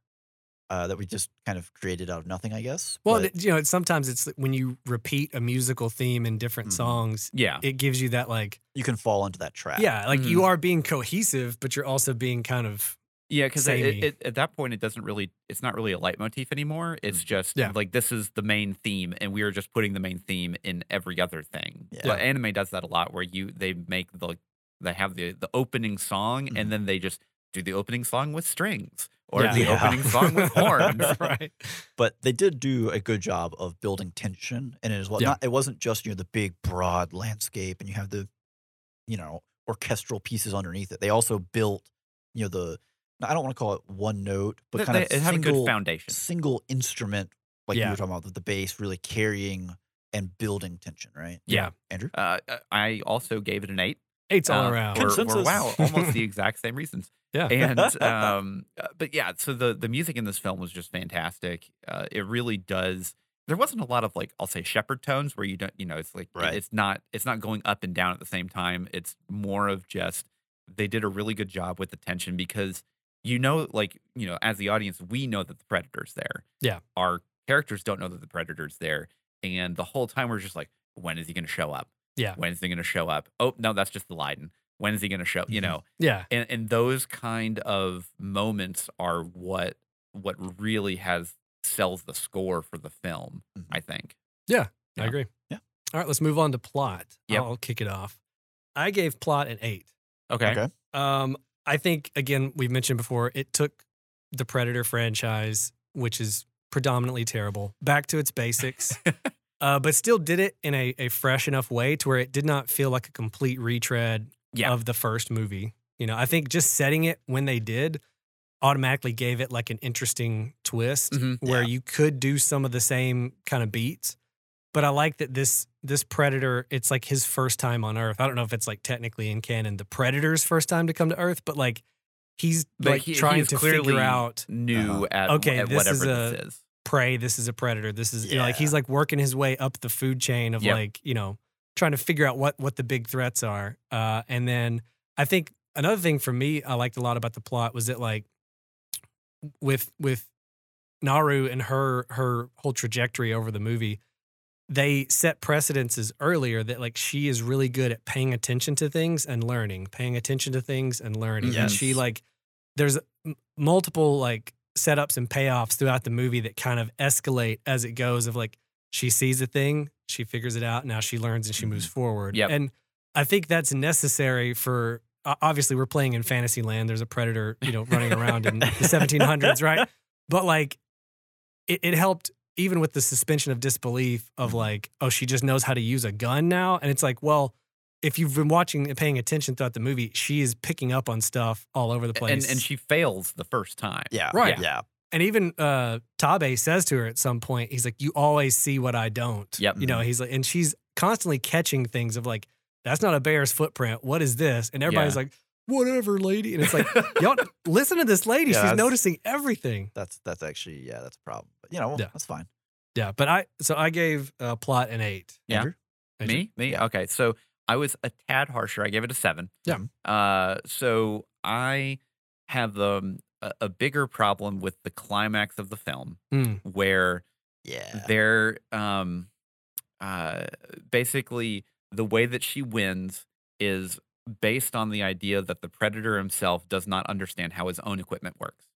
uh, that we just kind of created out of nothing, I guess. Well, But- it- you know, it's, sometimes it's when you repeat a musical theme in different Hmm. Mhm. songs, yeah, it gives you that like you can fall into that trap. Yeah, like Mhm. you are being cohesive, but you're also being kind of yeah. Because Samey. at that point, it doesn't really. It's not really a leitmotif anymore. It's just Yeah. like this is the main theme, and we are just putting the main theme in every other thing. Yeah. But anime does that a lot, where you they make the they have the the opening song, Mhm. and then they just do the opening song with strings or Yeah. the Yeah. opening song with horns. right? But they did do a good job of building tension, and it is well. Yeah. Not, it wasn't just you know the big broad landscape, and you have the, you know, orchestral pieces underneath it. They also built, you know, the I don't want to call it one note, but They- kind they- of it had a single good foundation. single instrument, like you Yeah. were talking about, the, the bass really carrying and building tension, right? Yeah. Andrew. Uh, I also gave it an eight. Eight's all Uh, around. we're- we're, Consensus. wow, almost the exact same reasons. Yeah. And um, uh, but yeah, so the the music in this film was just fantastic. Uh, it really does. There wasn't a lot of like I'll say shepherd tones where you don't you know it's like Right. it's not it's not going up and down at the same time. It's more of just they did a really good job with the tension because you know like you know as the audience we know that the predator's there. Yeah. Our characters don't know that the predator's there, and the whole time we're just like, when is he going to show up? Yeah. When is he going to show up? Oh no, that's just the Leiden. When's he going to show? You Mm-hmm. Mhm. know, Yeah. and and those kind of moments are what what really has sells the score for the film. Mhm. Mm-hmm. I think. I Yeah. agree. Yeah. All right, let's move on to plot. Yep. I'll kick it off. I gave plot an eight. Okay. Okay. Um, I think again we've mentioned before it took the Predator franchise, which is predominantly terrible, back to its basics, uh, but still did it in a, a fresh enough way to where it did not feel like a complete retread Yeah. of the first movie. You know, I think just setting it when they did automatically gave it like an interesting twist Mhm. where Yeah. you could do some of the same kind of beats. But I like that this this predator, it's like his first time on Earth. I don't know if it's like technically in canon the predator's first time to come to Earth, but like he's But like he- he trying is to clearly- figure out New Uh-huh. at, Okay, at this whatever is this is. prey. This is a predator. This is you know, like Yeah. he's like working his way up the food chain of Yep. like you know trying to figure out what what the big threats are. Uh, and then I think another thing for me I liked a lot about the plot was that like with with Naru and her her whole trajectory over the movie. They set precedences earlier that like she is really good at paying attention to things and learning, paying attention to things and learning. And she Yes. like there's m- multiple like setups and payoffs throughout the movie that kind of escalate as it goes of like she sees a thing she figures it out now she learns and she moves forward Mm-hmm. Yep. and i think that's necessary for o- obviously we're playing in fantasy land there's a predator you know running around in the 1700s right but like it, it helped even with the suspension of disbelief of Mm-hmm. like oh she just knows how to use a gun now and it's like well if you've been watching and paying attention throughout the movie she is picking up on stuff all over the And place and she fails the first time. Yeah. Right. Yeah. and even uh Tabe says to her at some point, he's like, "You always see what I don't." Yep. Mm-hmm. You know, he's like, and she's constantly catching things of like, "That's not a bear's footprint. What is this?" And everybody's Yeah. like, "Whatever, lady." And it's like, y'all listen to this lady. Yeah, She's that's- noticing everything. That's that's actually yeah, that's a problem. But you know, Yeah. that's fine. Yeah. But I so I gave uh, plot an eight. Yeah. Andrew? Me? Me? Yeah. Okay. So I was a tad harsher. I gave it a seven. Yeah. Uh, so I have um, a, a bigger problem with the climax of the film Hmm. where Yeah. they're um, uh, basically the way that she wins is based on the idea that the predator himself does not understand how his own equipment works.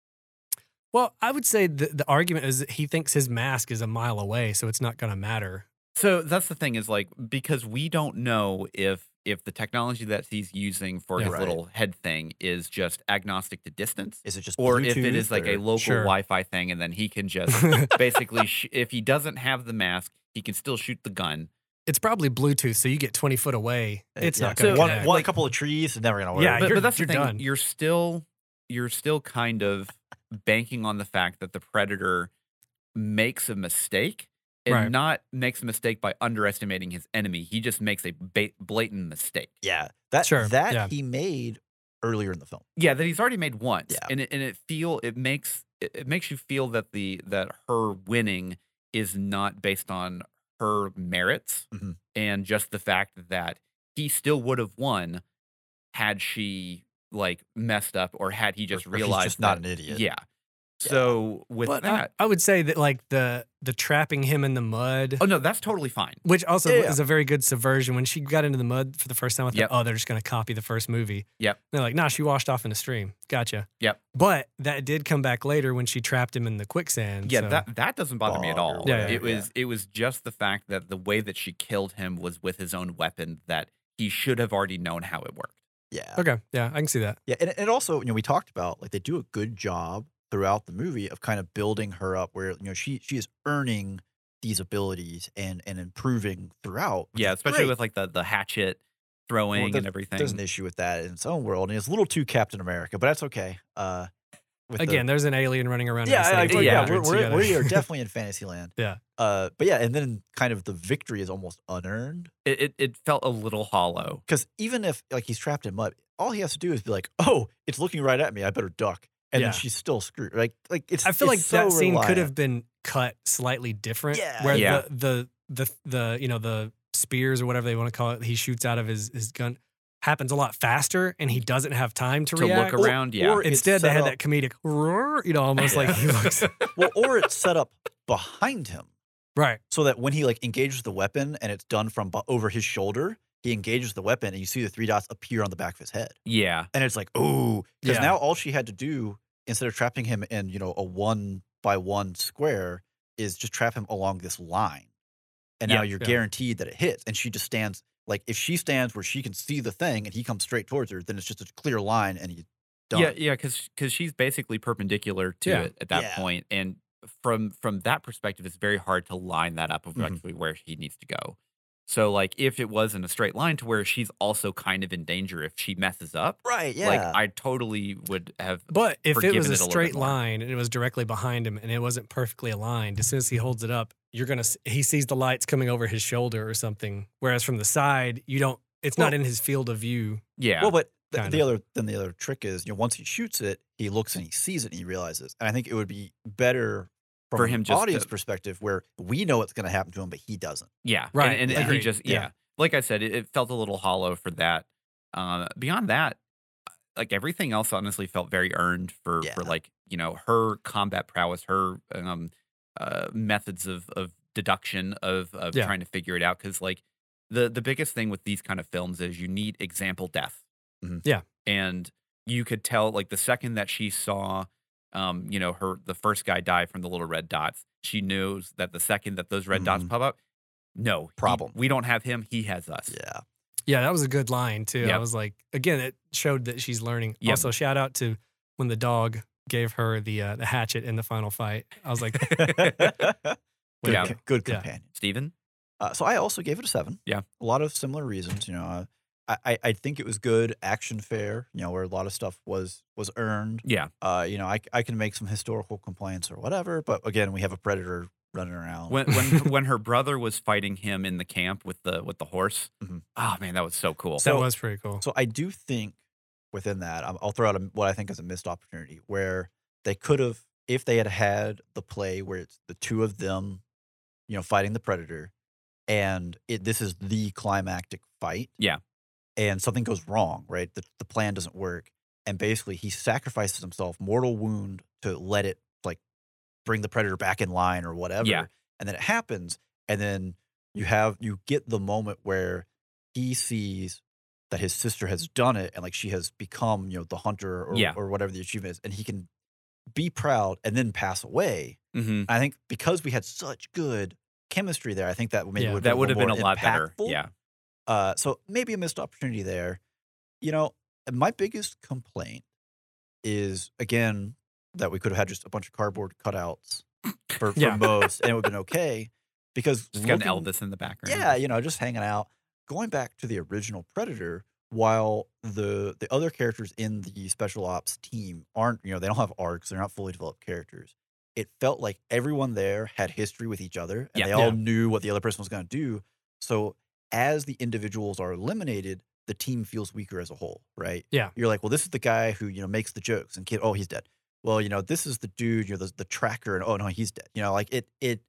Well, I would say the, the argument is that he thinks his mask is a mile away, so it's not going to matter. So that's the thing is like because we don't know if if the technology that he's using for Yeah. his Right. little head thing is just agnostic to distance Is it just or if it Bluetooth is like a or- local Sure. Wi-Fi thing and then he can just basically sh- if he doesn't have the mask, he can still shoot the gun. it's probably Bluetooth, so you get twenty foot away. It's yeah, not going to. So- one, connect. one a couple of trees is never gonna work. Yeah, But, you're- but that's the you're thing. done. You're still you're still kind of banking on the fact that the predator makes a mistake and Right. not makes a mistake by underestimating his enemy. He just makes a ba- blatant mistake. yeah. That Sure, that yeah. he made earlier in the film. Yeah, that he's already made once, Yeah. and it, and it feel it makes it, it makes you feel that the that her winning is not based on her merits Mhm. and just the fact that he still would have won had she like messed up or had he just Or- or he's realized just not that- an idiot. Yeah. So with But uh I, that, I would say that like the the trapping him in the mud. oh no, that's totally fine. Which also Yeah, yeah. is a very good subversion. When she got into the mud for the first time, I thought, Yep. oh, they're just going to copy the first movie. Yep. they're like, nah, she washed off in a stream. Gotcha. Yep. But that did come back later when she trapped him in the quicksand. Yeah, so- that that doesn't bother me at Bog or all. Yeah, yeah, it yeah. was it was just the fact that the way that she killed him was with his own weapon that he should have already known how it worked. Yeah. Okay. Yeah, I can see that. Yeah, and, and also, you know, we talked about like they do a good job throughout the movie of kind of building her up where, you know, she she is earning these abilities and and improving throughout. which Yeah, is especially great. with like the the hatchet throwing there's- and everything. there's an issue with that in its own world, and it's a little too Captain America, but that's okay. Uh with the- Again, there's an alien running around. yeah, I- I- in the yeah, yeah, we're, 1700s, you we're, gotta- we are definitely in fantasy land. Yeah. Uh, but yeah, and then kind of the victory is almost unearned it, it it felt a little hollow. because even if like he's trapped in mud, all he has to do is be like, "Oh, it's looking right at me. I better duck," and Yeah. then she's still screwed. Like, like it's. I feel like it's so that scene could reliant. have been cut slightly different. Yeah. Where Yeah. The, the the the you know the spears or whatever they want to call it, he shoots out of his his gun happens a lot faster, and he doesn't have time to, To react. look around, yeah. or- it's Instead, they set had up- that comedic, "Roar," you know, almost like he looks well, or it's set up behind him right. so that when he like engages the weapon and it's done from bu- over his shoulder, he engages the weapon and you see the three dots appear on the back of his head. Yeah. And it's like, ooh, because Yeah. now all she had to do instead of trapping him in, you know, a one by one square is just trap him along this line. And now Yeah, you're yeah. guaranteed that it hits. And she just stands like if she stands where she can see the thing and he comes straight towards her, then it's just a clear line and he's done. Yeah, yeah, because she's basically perpendicular to Yeah. it at that Yeah. point, and from from that perspective, it's very hard to line that up of Mhm. actually where he needs to go. So, like, if it was in a straight line to where she's also kind of in danger if she messes up, Right, yeah. like, I totally would have. But if it Forgiven was a it a little bit straight more. line and it was directly behind him and it wasn't perfectly aligned, as soon as he holds it up, you're gonna s- he sees the lights coming over his shoulder or something. Whereas from the side, you don't. It's not Well- in his field of view. Yeah, Well, but th- Kinda. the other then the other trick is, you know, once he shoots it, he looks and he sees it and he realizes. And I think it would be better from For an him just audience to- perspective where we know what's going to happen to him, but he doesn't. Yeah. and- Right, And, and agreed, he just, yeah. yeah. Like I said, it, it felt a little hollow for that. Uh, beyond that, like everything else honestly felt very earned for, for Yeah. like, you know, her combat prowess, her um, uh, methods of, of deduction, of, of Yeah. trying to figure it out. Cause like the, the biggest thing with these kind of films is you need example death. Mm-hmm. Mhm. Yeah. And you could tell like the second that she saw um, you know, her the first guy died from the little red dots. She knows that the second that those red dots Mm-hmm. Mhm. pop up, no he- Problem. we don't have him. He has us. Yeah. Yeah, that was a good line too. I Yep. was like, again, it showed that she's learning. Yep. Also, shout out to when the dog gave her the uh, the hatchet in the final fight. I was like, good, Yeah. co- good Yeah. companion. Steven? Uh, so I also gave it a seven. Yeah. a lot of similar reasons. You know, uh, I, I I think it was good action fair. You know, where a lot of stuff was was earned. Yeah. Uh, you know, I I can make some historical complaints or whatever, but again, we have a predator running around. When when when her brother was fighting him in the camp with the with the horse. Mhm. Oh man, that was so cool. that So- was pretty cool. So I do think within that, I'm- I'll throw out a, what I think is a missed opportunity where they could have, if they had had the play where it's the two of them, you know, fighting the predator, and it, this is the climactic fight. Yeah. And something goes wrong, right? The, the plan doesn't work. And basically, he sacrifices himself, mortal wound, to let it like bring the predator back in line or whatever. And then it happens. And then you have, you get the moment where he sees that his sister has done it and like she has become, you know, the hunter or, Yeah. or whatever the achievement is. And he can be proud and then pass away. hmm I think because we had such good chemistry there, I think that maybe Yeah. would That would have been a more lot better. impactful. Yeah. Uh, so maybe a missed opportunity there. You know, my biggest complaint is again that we could have had just a bunch of cardboard cutouts for, for Yeah. most, and it would have been okay because Just got an looking- Elvis in the background. yeah, you know, just hanging out. Going back to the original Predator, while the the other characters in the special ops team aren't, you know, they don't have arcs, they're not fully developed characters. It felt like everyone there had history with each other, and Yeah. they all Yeah. knew what the other person was going to do. So as the individuals are eliminated, the team feels weaker as a whole, right? Yeah. You're like, well, this is the guy who you know makes the jokes, and kid, oh, he's dead. Well, you know, this is the dude, you know, the, the tracker, and oh no, he's dead. You know, like it it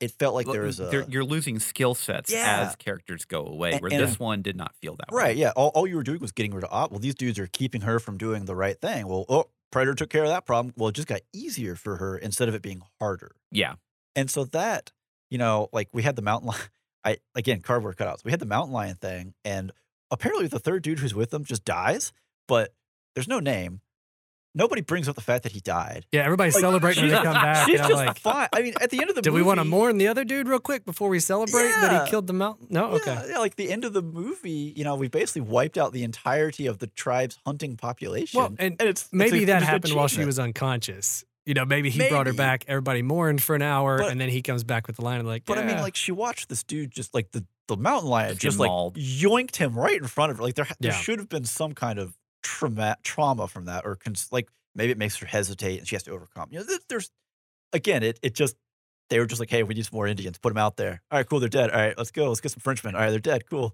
it felt like L- there was a they're- you're losing skill sets Yeah. as characters go away, A- where and- this one did not feel that Right. way. Yeah. All, all you were doing was getting rid of op. Well, these dudes are keeping her from doing the right thing. Well, oh, Predator took care of that problem. Well, it just got easier for her instead of it being harder. Yeah. And so that, you know, like we had the mountain lion. I again cardboard cutouts. We had the mountain lion thing, and apparently the third dude who's with them just dies, but there's no name. Nobody brings up the fact that he died. yeah, everybody's like, celebrating when they she's- come back. She's And I'm just like, fine. I mean, at the end of the did we want to movie- mourn the other dude real quick before we celebrate that Yeah. he killed the mountain? No, Oh, okay. Yeah, yeah, like the end of the movie, you know, we basically wiped out the entirety of the tribe's hunting population. Well, and it's it's Maybe a- that it's an happened while she achievement. was unconscious. You know, maybe he brought her Maybe. back. Everybody mourned for an hour, But- and then he comes back with the line and like, But I mean, "Yeah." like she watched this dude just like the, the mountain lion Just just, get like mauled. yoinked him right in front of her. Like there, ha- there Yeah. should have been some kind of trauma trauma from that, or cons- like maybe it makes her hesitate and she has to overcome. You know, th- there's again, it it just they were just like, hey, we need some more Indians, put them out there. All right, cool, they're dead. All right, let's go, let's get some Frenchmen. All right, they're dead, cool. Like,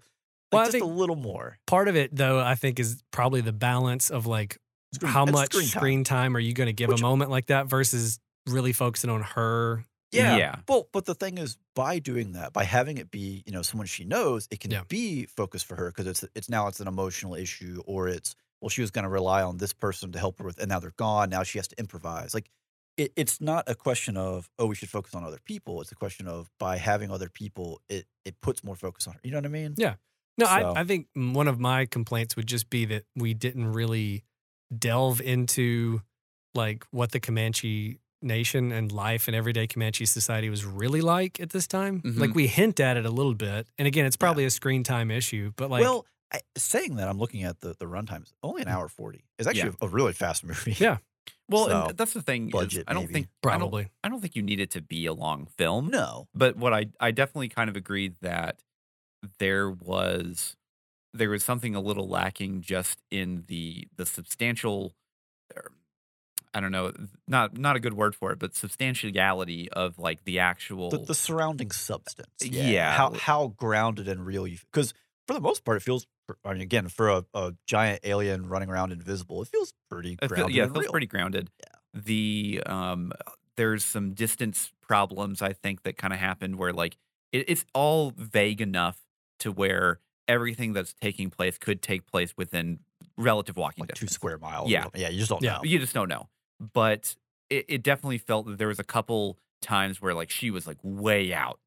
Well, I just think- a little more. part of it though i think is probably the balance of like Screen- how that's much screen time, are you going to give Which- a moment like that versus really focusing on her Yeah. Yeah. But but the thing is, by doing that, by having it be you know someone she knows, it can Yeah. be focused for her because it's it's now it's an emotional issue or it's well she was going to rely on this person to help her with and now they're gone now she has to improvise like it, it's not a question of oh we should focus on other people it's a question of by having other people it it puts more focus on her you know what I mean Yeah. No, So- I, I think one of my complaints would just be that we didn't really delve into like what the Comanche nation and life and everyday Comanche society was really like at this time. Mhm. Like we hint at it a little bit, and again, it's probably a screen time issue. But like, Mm. well, I, saying that, I'm looking at the the runtime. It's Only an hour forty. It's actually a, a really fast movie. Yeah. Well, So, and that's the thing. is budget, I don't maybe. think I don't- probably I don't think you need it to be a long film. No. But what I I definitely kind of agreed that there was there was something a little lacking just in the the substantial er, I don't know, not not a good word for it, but substantiality of like the actual The, the surrounding substance. Yeah. Uh, Yeah. How how grounded and real you because for the most part it feels I mean again for a, a giant alien running around invisible it feels pretty It feel- grounded. yeah, it and feels real. pretty grounded. The um, there's some distance problems I think that kind of happened where like it, it's all vague enough to where everything that's taking place could take place within relative walking like two distance. square miles. Yeah. Yeah, you just don't Yeah. know. You just don't know. But it, it definitely felt that there was a couple times where like she was like way out.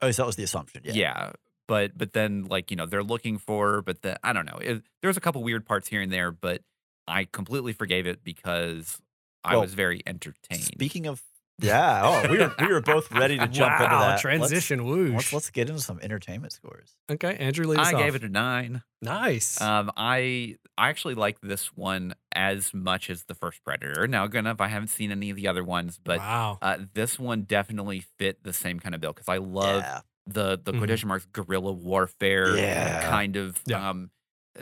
Oh, so that was the assumption. Yeah. Yeah. But but then like, you know, they're looking for her, but then I don't know. It, there was a couple weird parts here and there, but I completely forgave it because I Well, was very entertained. Speaking of yeah, oh, we were we were both ready to jump into Wow, that Let's- transition whoosh. Let's, let's get into some entertainment scores. okay, Andrew, lead us I off. gave it a nine. nice. Um, I I actually like this one as much as the first Predator. Now, granted, I haven't seen any of the other ones, but wow, uh, this one definitely fit the same kind of bill because I love yeah. the the Mhm. quotation marks guerrilla warfare Yeah. kind of Yeah. um,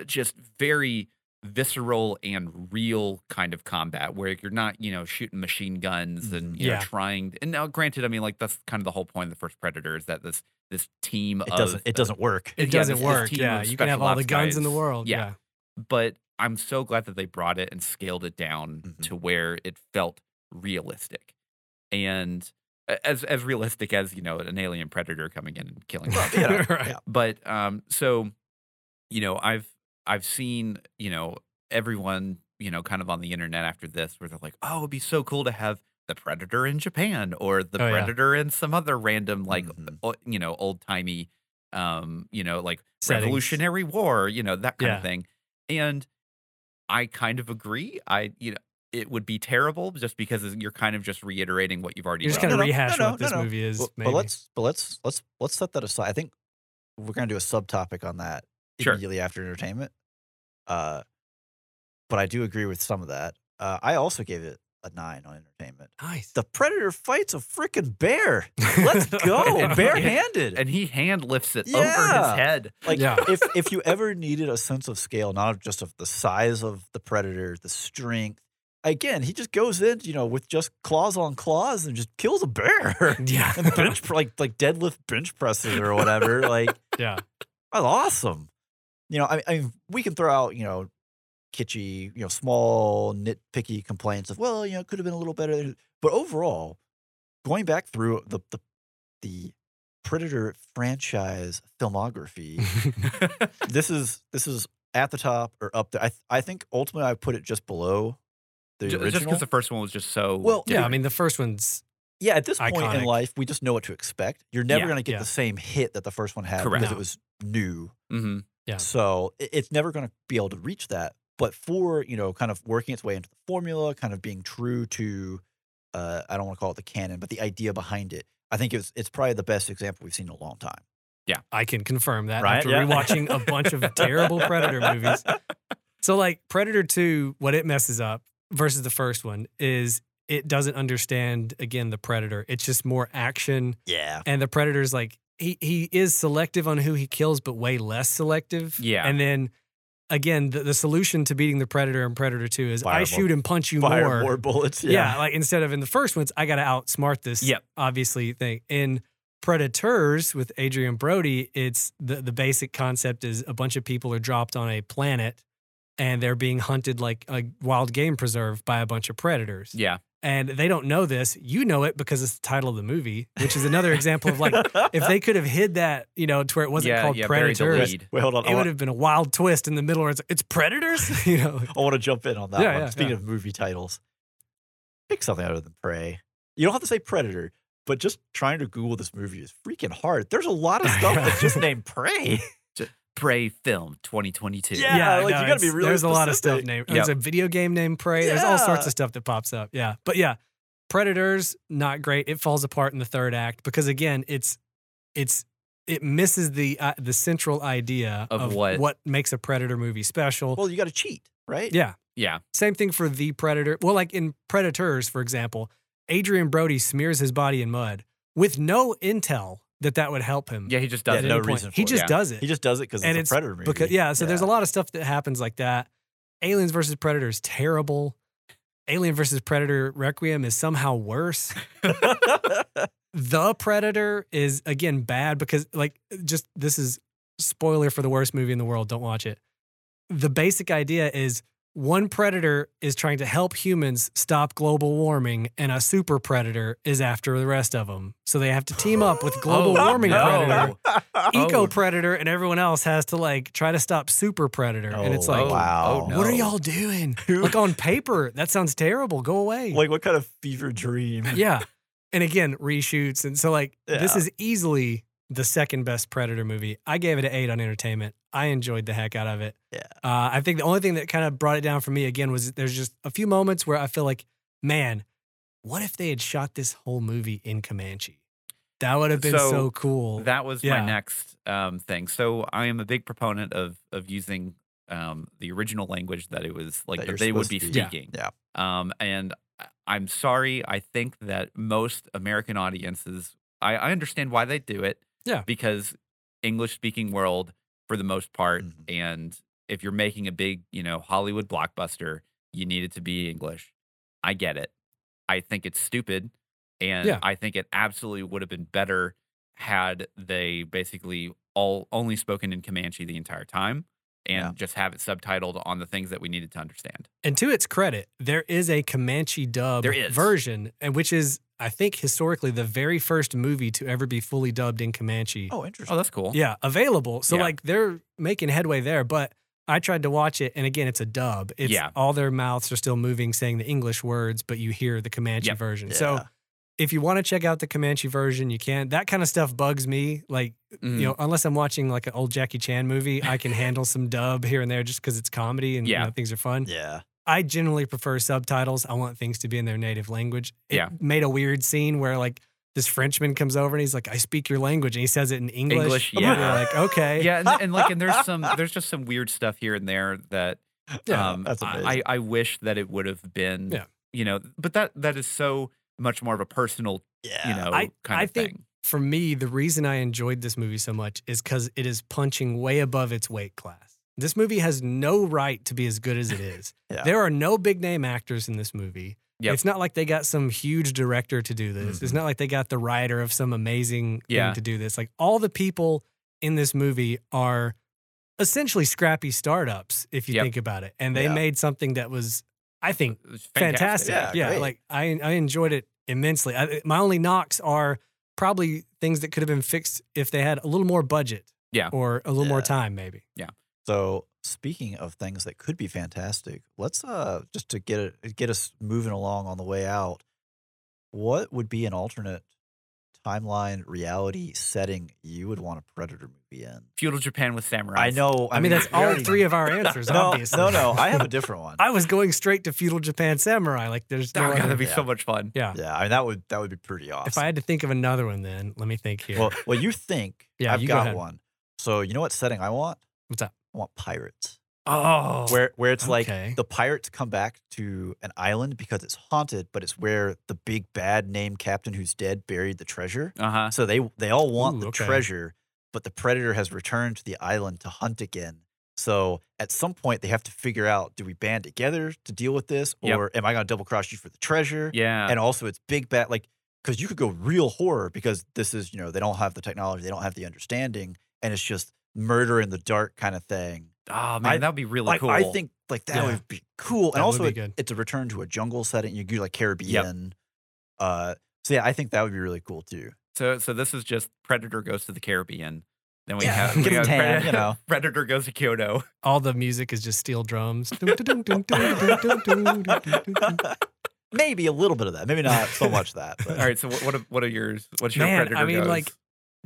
just very visceral and real kind of combat where you're not you know shooting machine guns and Mhm. you Mm-hmm. Yeah. know trying and now granted i mean like that's kind of the whole point of the first predator is that this this team It of doesn't it doesn't work. it yeah, doesn't this- this work. team Yeah, of you can have special all the ops guns in guys- the world. yeah. Yeah, but I'm so glad that they brought it and scaled it down Mm-hmm. Mhm. to where it felt realistic and a- as as realistic as you know an alien predator coming in and killing. Well, people. you know, Right. yeah. But um, so you know, I've I've seen you know everyone you know kind of on the internet after this where they're like, oh, it'd be so cool to have the predator in Japan or the Oh, yeah. predator in some other random like Mhm. o- you know old timey um, you know like Settings. Revolutionary War, you know that kind Yeah. of thing. And I kind of agree. I you know it would be terrible just because you're kind of just reiterating what you've already You're just done. kind of No, no, no, rehash no, what this no, no. movie is. Well, maybe. but let's but let's let's let's set that aside. I think we're gonna do a subtopic on that Sure. immediately after entertainment. Uh, but I do agree with some of that. Uh, I also gave it a nine on entertainment. nice. The predator fights a freaking bear. Let's Oh, go, barehanded. and he hand lifts it over Yeah. his head. Like Yeah. if if you ever needed a sense of scale, not of just of the size of the predator, the strength. Again, he just goes in, you know, with just claws on claws and just kills a bear. Yeah. and bench pr- like like deadlift bench presses or whatever. like yeah. that's awesome. You know, I, I mean, we can throw out you know kitschy, you know, small nitpicky complaints of well, you know, it could have been a little better. But overall, going back through the the, the Predator franchise filmography, this is this is at the top or up there. I th- I think ultimately I put it just below the Ju- Just original. because the first one was just so Well, Yeah. different. I mean, the first one's Yeah, at this point in Iconic. life, we just know what to expect. You're never Yeah, going to get yeah. the same hit that the first one had Correct. because it was new. Mhm. Yeah. So it- it's never going to be able to reach that. But for you know, kind of working its way into the formula, kind of being true to, uh, I don't want to call it the canon, but the idea behind it. I think it's it's probably the best example we've seen in a long time. I can confirm that Right? after Yeah. rewatching a bunch of terrible Predator movies. So, like Predator 2, what it messes up versus the first one is it doesn't understand, again, the Predator. It's just more action. Yeah. And the Predator's like, he, he is selective on who he kills, but way less selective. Yeah. And then again, the, the solution to beating the Predator in Predator 2 is Fire I more- shoot and punch you Fire more. more, bullets. Yeah. Yeah. like instead of in the first ones, I got to outsmart this. Yep. obviously thing in Predators with Adrian Brody. It's the the basic concept is a bunch of people are dropped on a planet and they're being hunted like a wild game preserve by a bunch of predators. yeah. And they don't know this. You know it because it's the title of the movie, which is another example of like if they could have hid that, you know, to where it wasn't yeah, called yeah, buried the Predators. lead. Wait, hold on. I It would want, have been a wild twist in the middle, where it's it's predators, you know. I want to jump in on that Yeah, one. yeah, Speaking yeah. of movie titles, pick something other than Prey. You don't have to say Predator, but just trying to Google this movie is freaking hard. There's a lot of stuff that's just named Prey. Ju- Prey Film 2022. Yeah, like, you gotta be it's- really There's a lot of stuff specific. named. There's a video game named Prey. There's all sorts Yeah. of stuff that pops up. Yeah, but yeah, Predators not great. It falls apart in the third act because again, it's it's it misses the uh, the central idea Of what- makes a Predator movie special. Well, you got to cheat, right? yeah, Yeah. same thing for the Predator. Well, like in Predators, for example, Adrian Brody smears his body in mud with no intel that that would help him. Yeah. He just at Yeah, does any no point. reason He for it. just Yeah. does it He just does it because And it's, it's a predator movie. because yeah so there's a lot of stuff that happens like that aliens versus predator is terrible alien versus predator requiem is somehow worse the predator is again bad because like just this is spoiler for the worst movie in the world don't watch it the basic idea is one predator is trying to help humans stop global warming and a super predator is after the rest of them so they have to team up with global Oh, warming no. predator Oh. eco predator and everyone else has to like try to stop super predator and it's Oh, like wow. oh, no. what are y'all doing like on paper that sounds terrible go away Like, what kind of fever dream? yeah and again reshoots and so like this Yeah. is easily the second best predator movie i gave it an eight on entertainment i enjoyed the heck out of it Yeah. uh, i think the only thing that kind of brought it down for me again was there's just a few moments where i feel like man what if they had shot this whole movie in comanche that would have been so, So, cool That was Yeah. my next um, thing. So I am a big proponent of of using um, the original language that it was like That that, you're they would be supposed to be- yeah, speaking. yeah. Um, and I- I'm sorry. I think that most American audiences, I, I understand why they do it. Yeah. Because English speaking world for the most part, Mm-hmm. Mhm. and if you're making a big, you know, Hollywood blockbuster, you need it to be English. I get it. I think it's stupid. And Yeah. I think it absolutely would have been better had they basically all only spoken in Comanche the entire time and Yeah. just have it subtitled on the things that we needed to understand. And to its credit, there is a Comanche dub There is. version, and which is, I think, historically the very first movie to ever be fully dubbed in Comanche. Oh, Oh, interesting. that's cool. Yeah, available. So Yeah. like they're making headway there, but I tried to watch it, and again, it's a dub. It's Yeah. all their mouths are still moving, saying the English words, but you hear the Comanche Yep. version. Yeah. So if you want to check out the Comanche version, you can. That kind of stuff bugs me. Like Mhm. you know, unless I'm watching like an old Jackie Chan movie, I can handle some dub here and there just because it's comedy and you Yeah. know, things are fun. yeah. I generally prefer subtitles. I want things to be in their native language. It Yeah. made a weird scene where like this Frenchman comes over and he's like, I speak your language. And he says it in English. English, And yeah. You're like, okay. Yeah, and, and like, and there's some, there's just some weird stuff here and there that Yeah, um, that's amazing. I, I wish that it would have been, Yeah. you know, but that that is so much more of a personal, yeah. you know, I- kind I of think- thing. For me, the reason I enjoyed this movie so much is because it is punching way above its weight class. This movie has no right to be as good as it is. Yeah. There are no big name actors in this movie. Yep. Mm-hmm. It's not like they got some huge director to do this. It's Mhm. not like they got the writer of some amazing Yeah. thing to do this. Like all the people in this movie are essentially scrappy startups, if you Yep. think about it. And they Yeah. made something that was, I think, It was fantastic. Yeah, Yeah, great. like I I enjoyed it immensely. I, my only knocks are probably things that could have been fixed if they had a little more budget. Yeah. Or a little more Yeah. time, maybe. So speaking of things that could be fantastic, let's uh just to get it get us moving along on the way out. What would be an alternate timeline reality setting you would want a Predator movie in? Feudal Japan with samurai. I know. I, mean, that's we all already- three of our answers, no, obviously. No, no, I have a different one. I was going straight to feudal Japan samurai. Like there's no Oh, God, other- that'd be so Yeah. much fun. yeah. yeah, I mean that would that would be pretty awesome. If I had to think of another one, then let me think here. well, well, you think Yeah, I've you go got ahead. one. So you know what setting I want? What's that? I want pirates. oh, where where it's okay. like the pirates come back to an island because it's haunted, but it's where the big bad named captain who's dead buried the treasure. Uh huh. So they they all want Ooh, the okay. treasure, but the predator has returned to the island to hunt again. So at some point they have to figure out: do we band together to deal with this, Yep. or am I going to double cross you for the treasure? Yeah. And also, it's big bad like because you could go real horror because this is you know they don't have the technology, they don't have the understanding, and it's just murder in the dark kind of thing. Oh man, I- that'd be really Like cool. I think like that Yeah. would be cool, and That would also be it- good. it's a return to a jungle setting. You do like Caribbean, uh, so yeah, I think that would be really cool too. so. So this is just Predator goes to the Caribbean. Then we Yeah, have, get we him have tan, Predator, you know. Predator goes to Kyoto. all the music is just steel drums. Dum, dum, dum, dum, dum, dum, dum, dum, dum, dum, dum. Maybe a little bit of that, maybe not so much that. But. All right. So what what are, what are yours? What's your Man, Predator? I mean, goes? like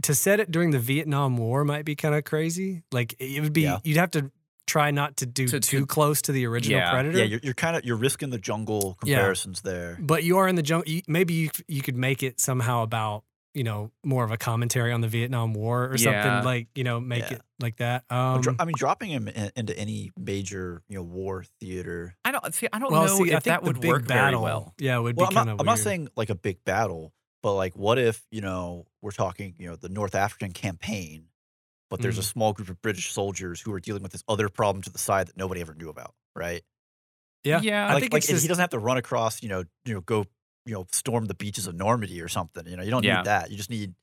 to set it during the Vietnam War might be kind of crazy. Like it would be, Yeah. you'd have to try not to do To- too to- close to the original Yeah. Predator. Yeah, you're, you're kind of you're risking the jungle Yeah. comparisons there. but you are in the jungle. You, maybe you you could make it somehow about you know more of a commentary on the Vietnam War or Yeah. something like you know make Yeah. it like that. Well, Um, dro- I mean, dropping him in, into any major you know war theater. I don't see. I don't well, know see, if I think that the would big work battle, very well. yeah, would Well, be I'm kind not, of. I'm not saying like a big battle, but like what if you know we're talking you know the North African campaign, but there's a Mm. small group of British soldiers who are dealing with this other problem to the side that nobody ever knew about, right? Yeah, yeah. I like, think like it's and just- he doesn't have to run across, you know, you know, go, you know, storm the beaches of Normandy or something. You know, you don't Yeah. need that. You just need,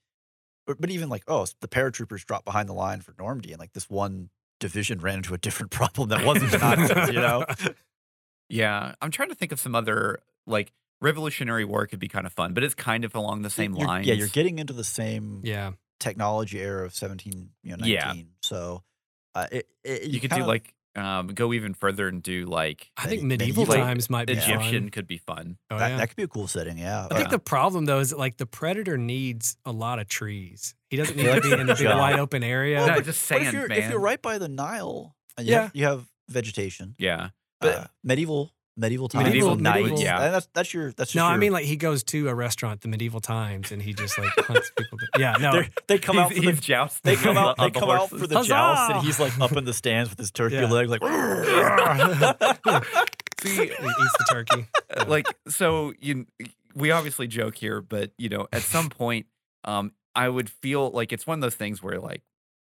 but, but even like, oh, the paratroopers dropped behind the line for Normandy, and like this one division ran into a different problem that wasn't the Nazis. You know, Yeah, I'm trying to think of some other like Revolutionary War could be kind of fun, but it's kind of along the same You're- lines. Yeah, you're getting into the same yeah, technology era of 17, you know, 19. Yeah. So, uh, it, it, You could kinda- Ah, do like um, go even further and do like I think Like, medieval medieval- times might be Egyptian Fun. could be fun. Oh, that, yeah. that could be a cool setting. Yeah. I Or- Oh, think the problem though is that like the predator needs a lot of trees. He doesn't need Yeah. to be in a big Yeah. wide open area. Well, no, but- just but sand, if you're, man. if you're right by the Nile, and you, Yeah. have, you have vegetation. Yeah, but But- Uh, medieval medieval times Medieval- would- medieval- would- yeah. that's that's your that's just No, I your- mean like he goes to a restaurant, the medieval times, and he just like hunts people. down. Yeah, no, They're- they come out for He's the, jousting they come on out the- they on the come out for horses. the joust Huzzah! and he's like up in the stands with his turkey Yeah. leg like he eats the turkey. Yeah. like so you we obviously joke here but you know at some point um i would feel like it's one of those things where like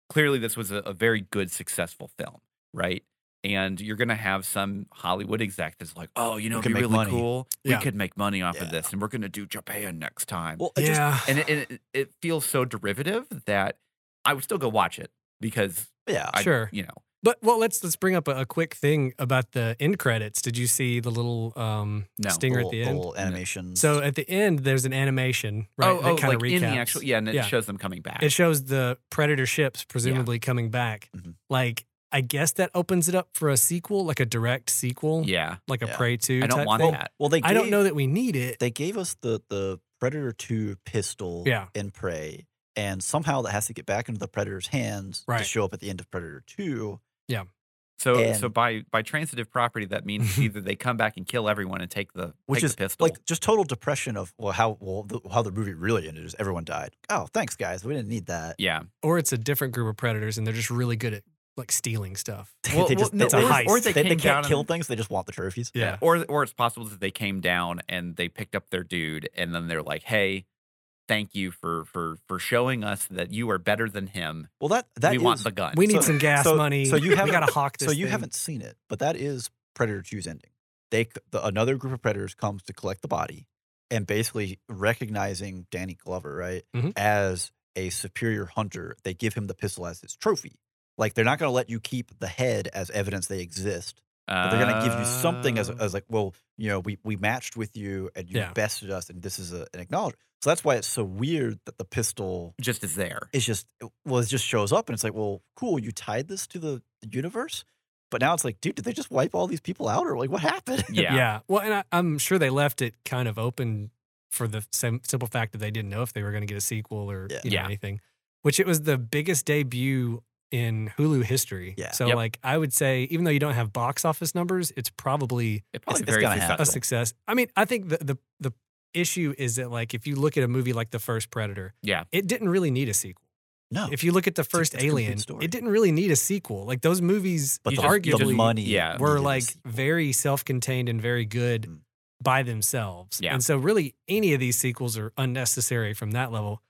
clearly this was a, a very good successful film right and you're gonna have some hollywood exec that's like oh you know We it'd can be make really money." cool Yeah. we could make money off Yeah. of this and we're gonna do japan next time well I just, Yeah, and it, it, it feels so derivative that i would still go watch it because yeah I, Sure. you know but well, let's let's bring up a, a quick thing about the end credits. Did you see the little um, No. stinger at the little- end? little animations So at the end, there's an animation, right? oh, oh that kind like of recaps. in the actual yeah and it Yeah. shows them coming back It shows the Predator ships presumably coming back. Mhm. Like, I guess that opens it up for a sequel, like a direct sequel, yeah like a Yeah. Prey 2. I don't type want thing. that. well they gave, I don't know that we need it. they gave us the the predator 2 pistol Yeah. in prey and somehow that has to get back into the predator's hands to Right. show up at the end of predator 2 So so And- by by transitive property, that means either they come back and kill everyone and take the Which take is the pistol. like just total depression of well how well the, how the movie really ended is everyone died oh thanks guys we didn't need that yeah, Or it's a different group of Predators and they're just really good at like stealing stuff. Well, they well, just no, it's a or- heist. or they they, they, came down can't kill and- things. They just want the trophies. Yeah. Or or it's possible that they came down and they picked up their dude, and then they're like, "Hey, thank you for for for showing us that you are better than him. Well, that that we is- want the gun." We need So- some gas so- money. so you we haven't- gotta hawk this. so you thing. haven't seen it, but that is Predator 2's ending. They c- the, another group of predators comes to collect the body, and basically recognizing Danny Glover right Mm-hmm. Mhm. as a superior hunter, they give him the pistol as his trophy. Like they're not going to let you keep the head as evidence they exist. But they're going to give you something as, Uh, as like, well, you know, we, we matched with you and you Yeah. bested us, and this is a, an acknowledgement. So that's why it's so weird that the pistol just as there. it's just well, it just shows up and it's like, well, cool, you tied this to the universe, but now it's like, dude, did they just wipe all these people out or like what happened? Yeah. Well, and I, I'm sure they left it kind of open for the sim- simple fact that they didn't know if they were going to get a sequel or Yeah. you know, Yeah. anything. Which it was the biggest debut in Hulu history. Yeah. So Yep. like I would say, even though you don't have box office numbers, it's probably It probably it's very gotta successful. a Cool. success. I mean, I think the the the issue is that like if you look at a movie like the first Predator, Yeah. it didn't really need a sequel. No, If you look at the a- first Oh, it's a complete Alien, story. it didn't really need a sequel. Like those movies, but you the, just- you the just- money, yeah. were needed a like sequel. very self-contained and very good Mm. by themselves. Yeah. And so really any of these sequels are unnecessary from that level.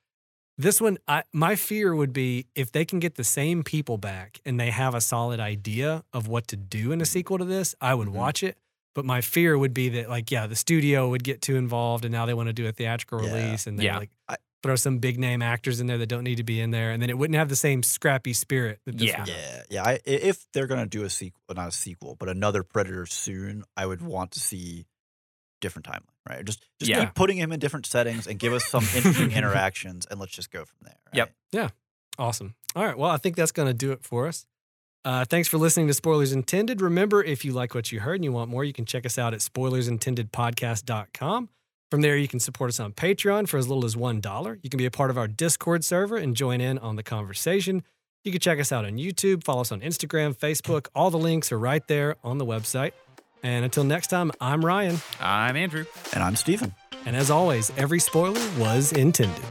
This one I my fear would be if they can get the same people back and they have a solid idea of what to do Mm-hmm. in a sequel to this, I would Mhm. watch it. But my fear would be that like yeah, the studio would get too involved and now they want to do a theatrical Yeah. release and they Yeah. like I- throw some big name actors in there that don't need to be in there and then it wouldn't have the same scrappy spirit that this Yeah. one. yeah, yeah. I, i- if they're gonna do a sequel, not a sequel, but another Predator soon, I would want to see different timeline, right? Just just Yeah. keep putting him in different settings and give us some interesting interactions, and let's just go from there. Right? Yep. Awesome. All right. Well, I think that's going to do it for us. Uh, thanks for listening to Spoilers Intended. Remember, if you like what you heard and you want more, you can check us out at spoilersintendedpodcast.com. From there, you can support us on Patreon for as little as $1. You can be a part of our Discord server and join in on the conversation. You can check us out on YouTube, follow us on Instagram, Facebook. All the links are right there on the website. And until next time, I'm Ryan. I'm Andrew. And I'm Steven. And as always, every spoiler was intended.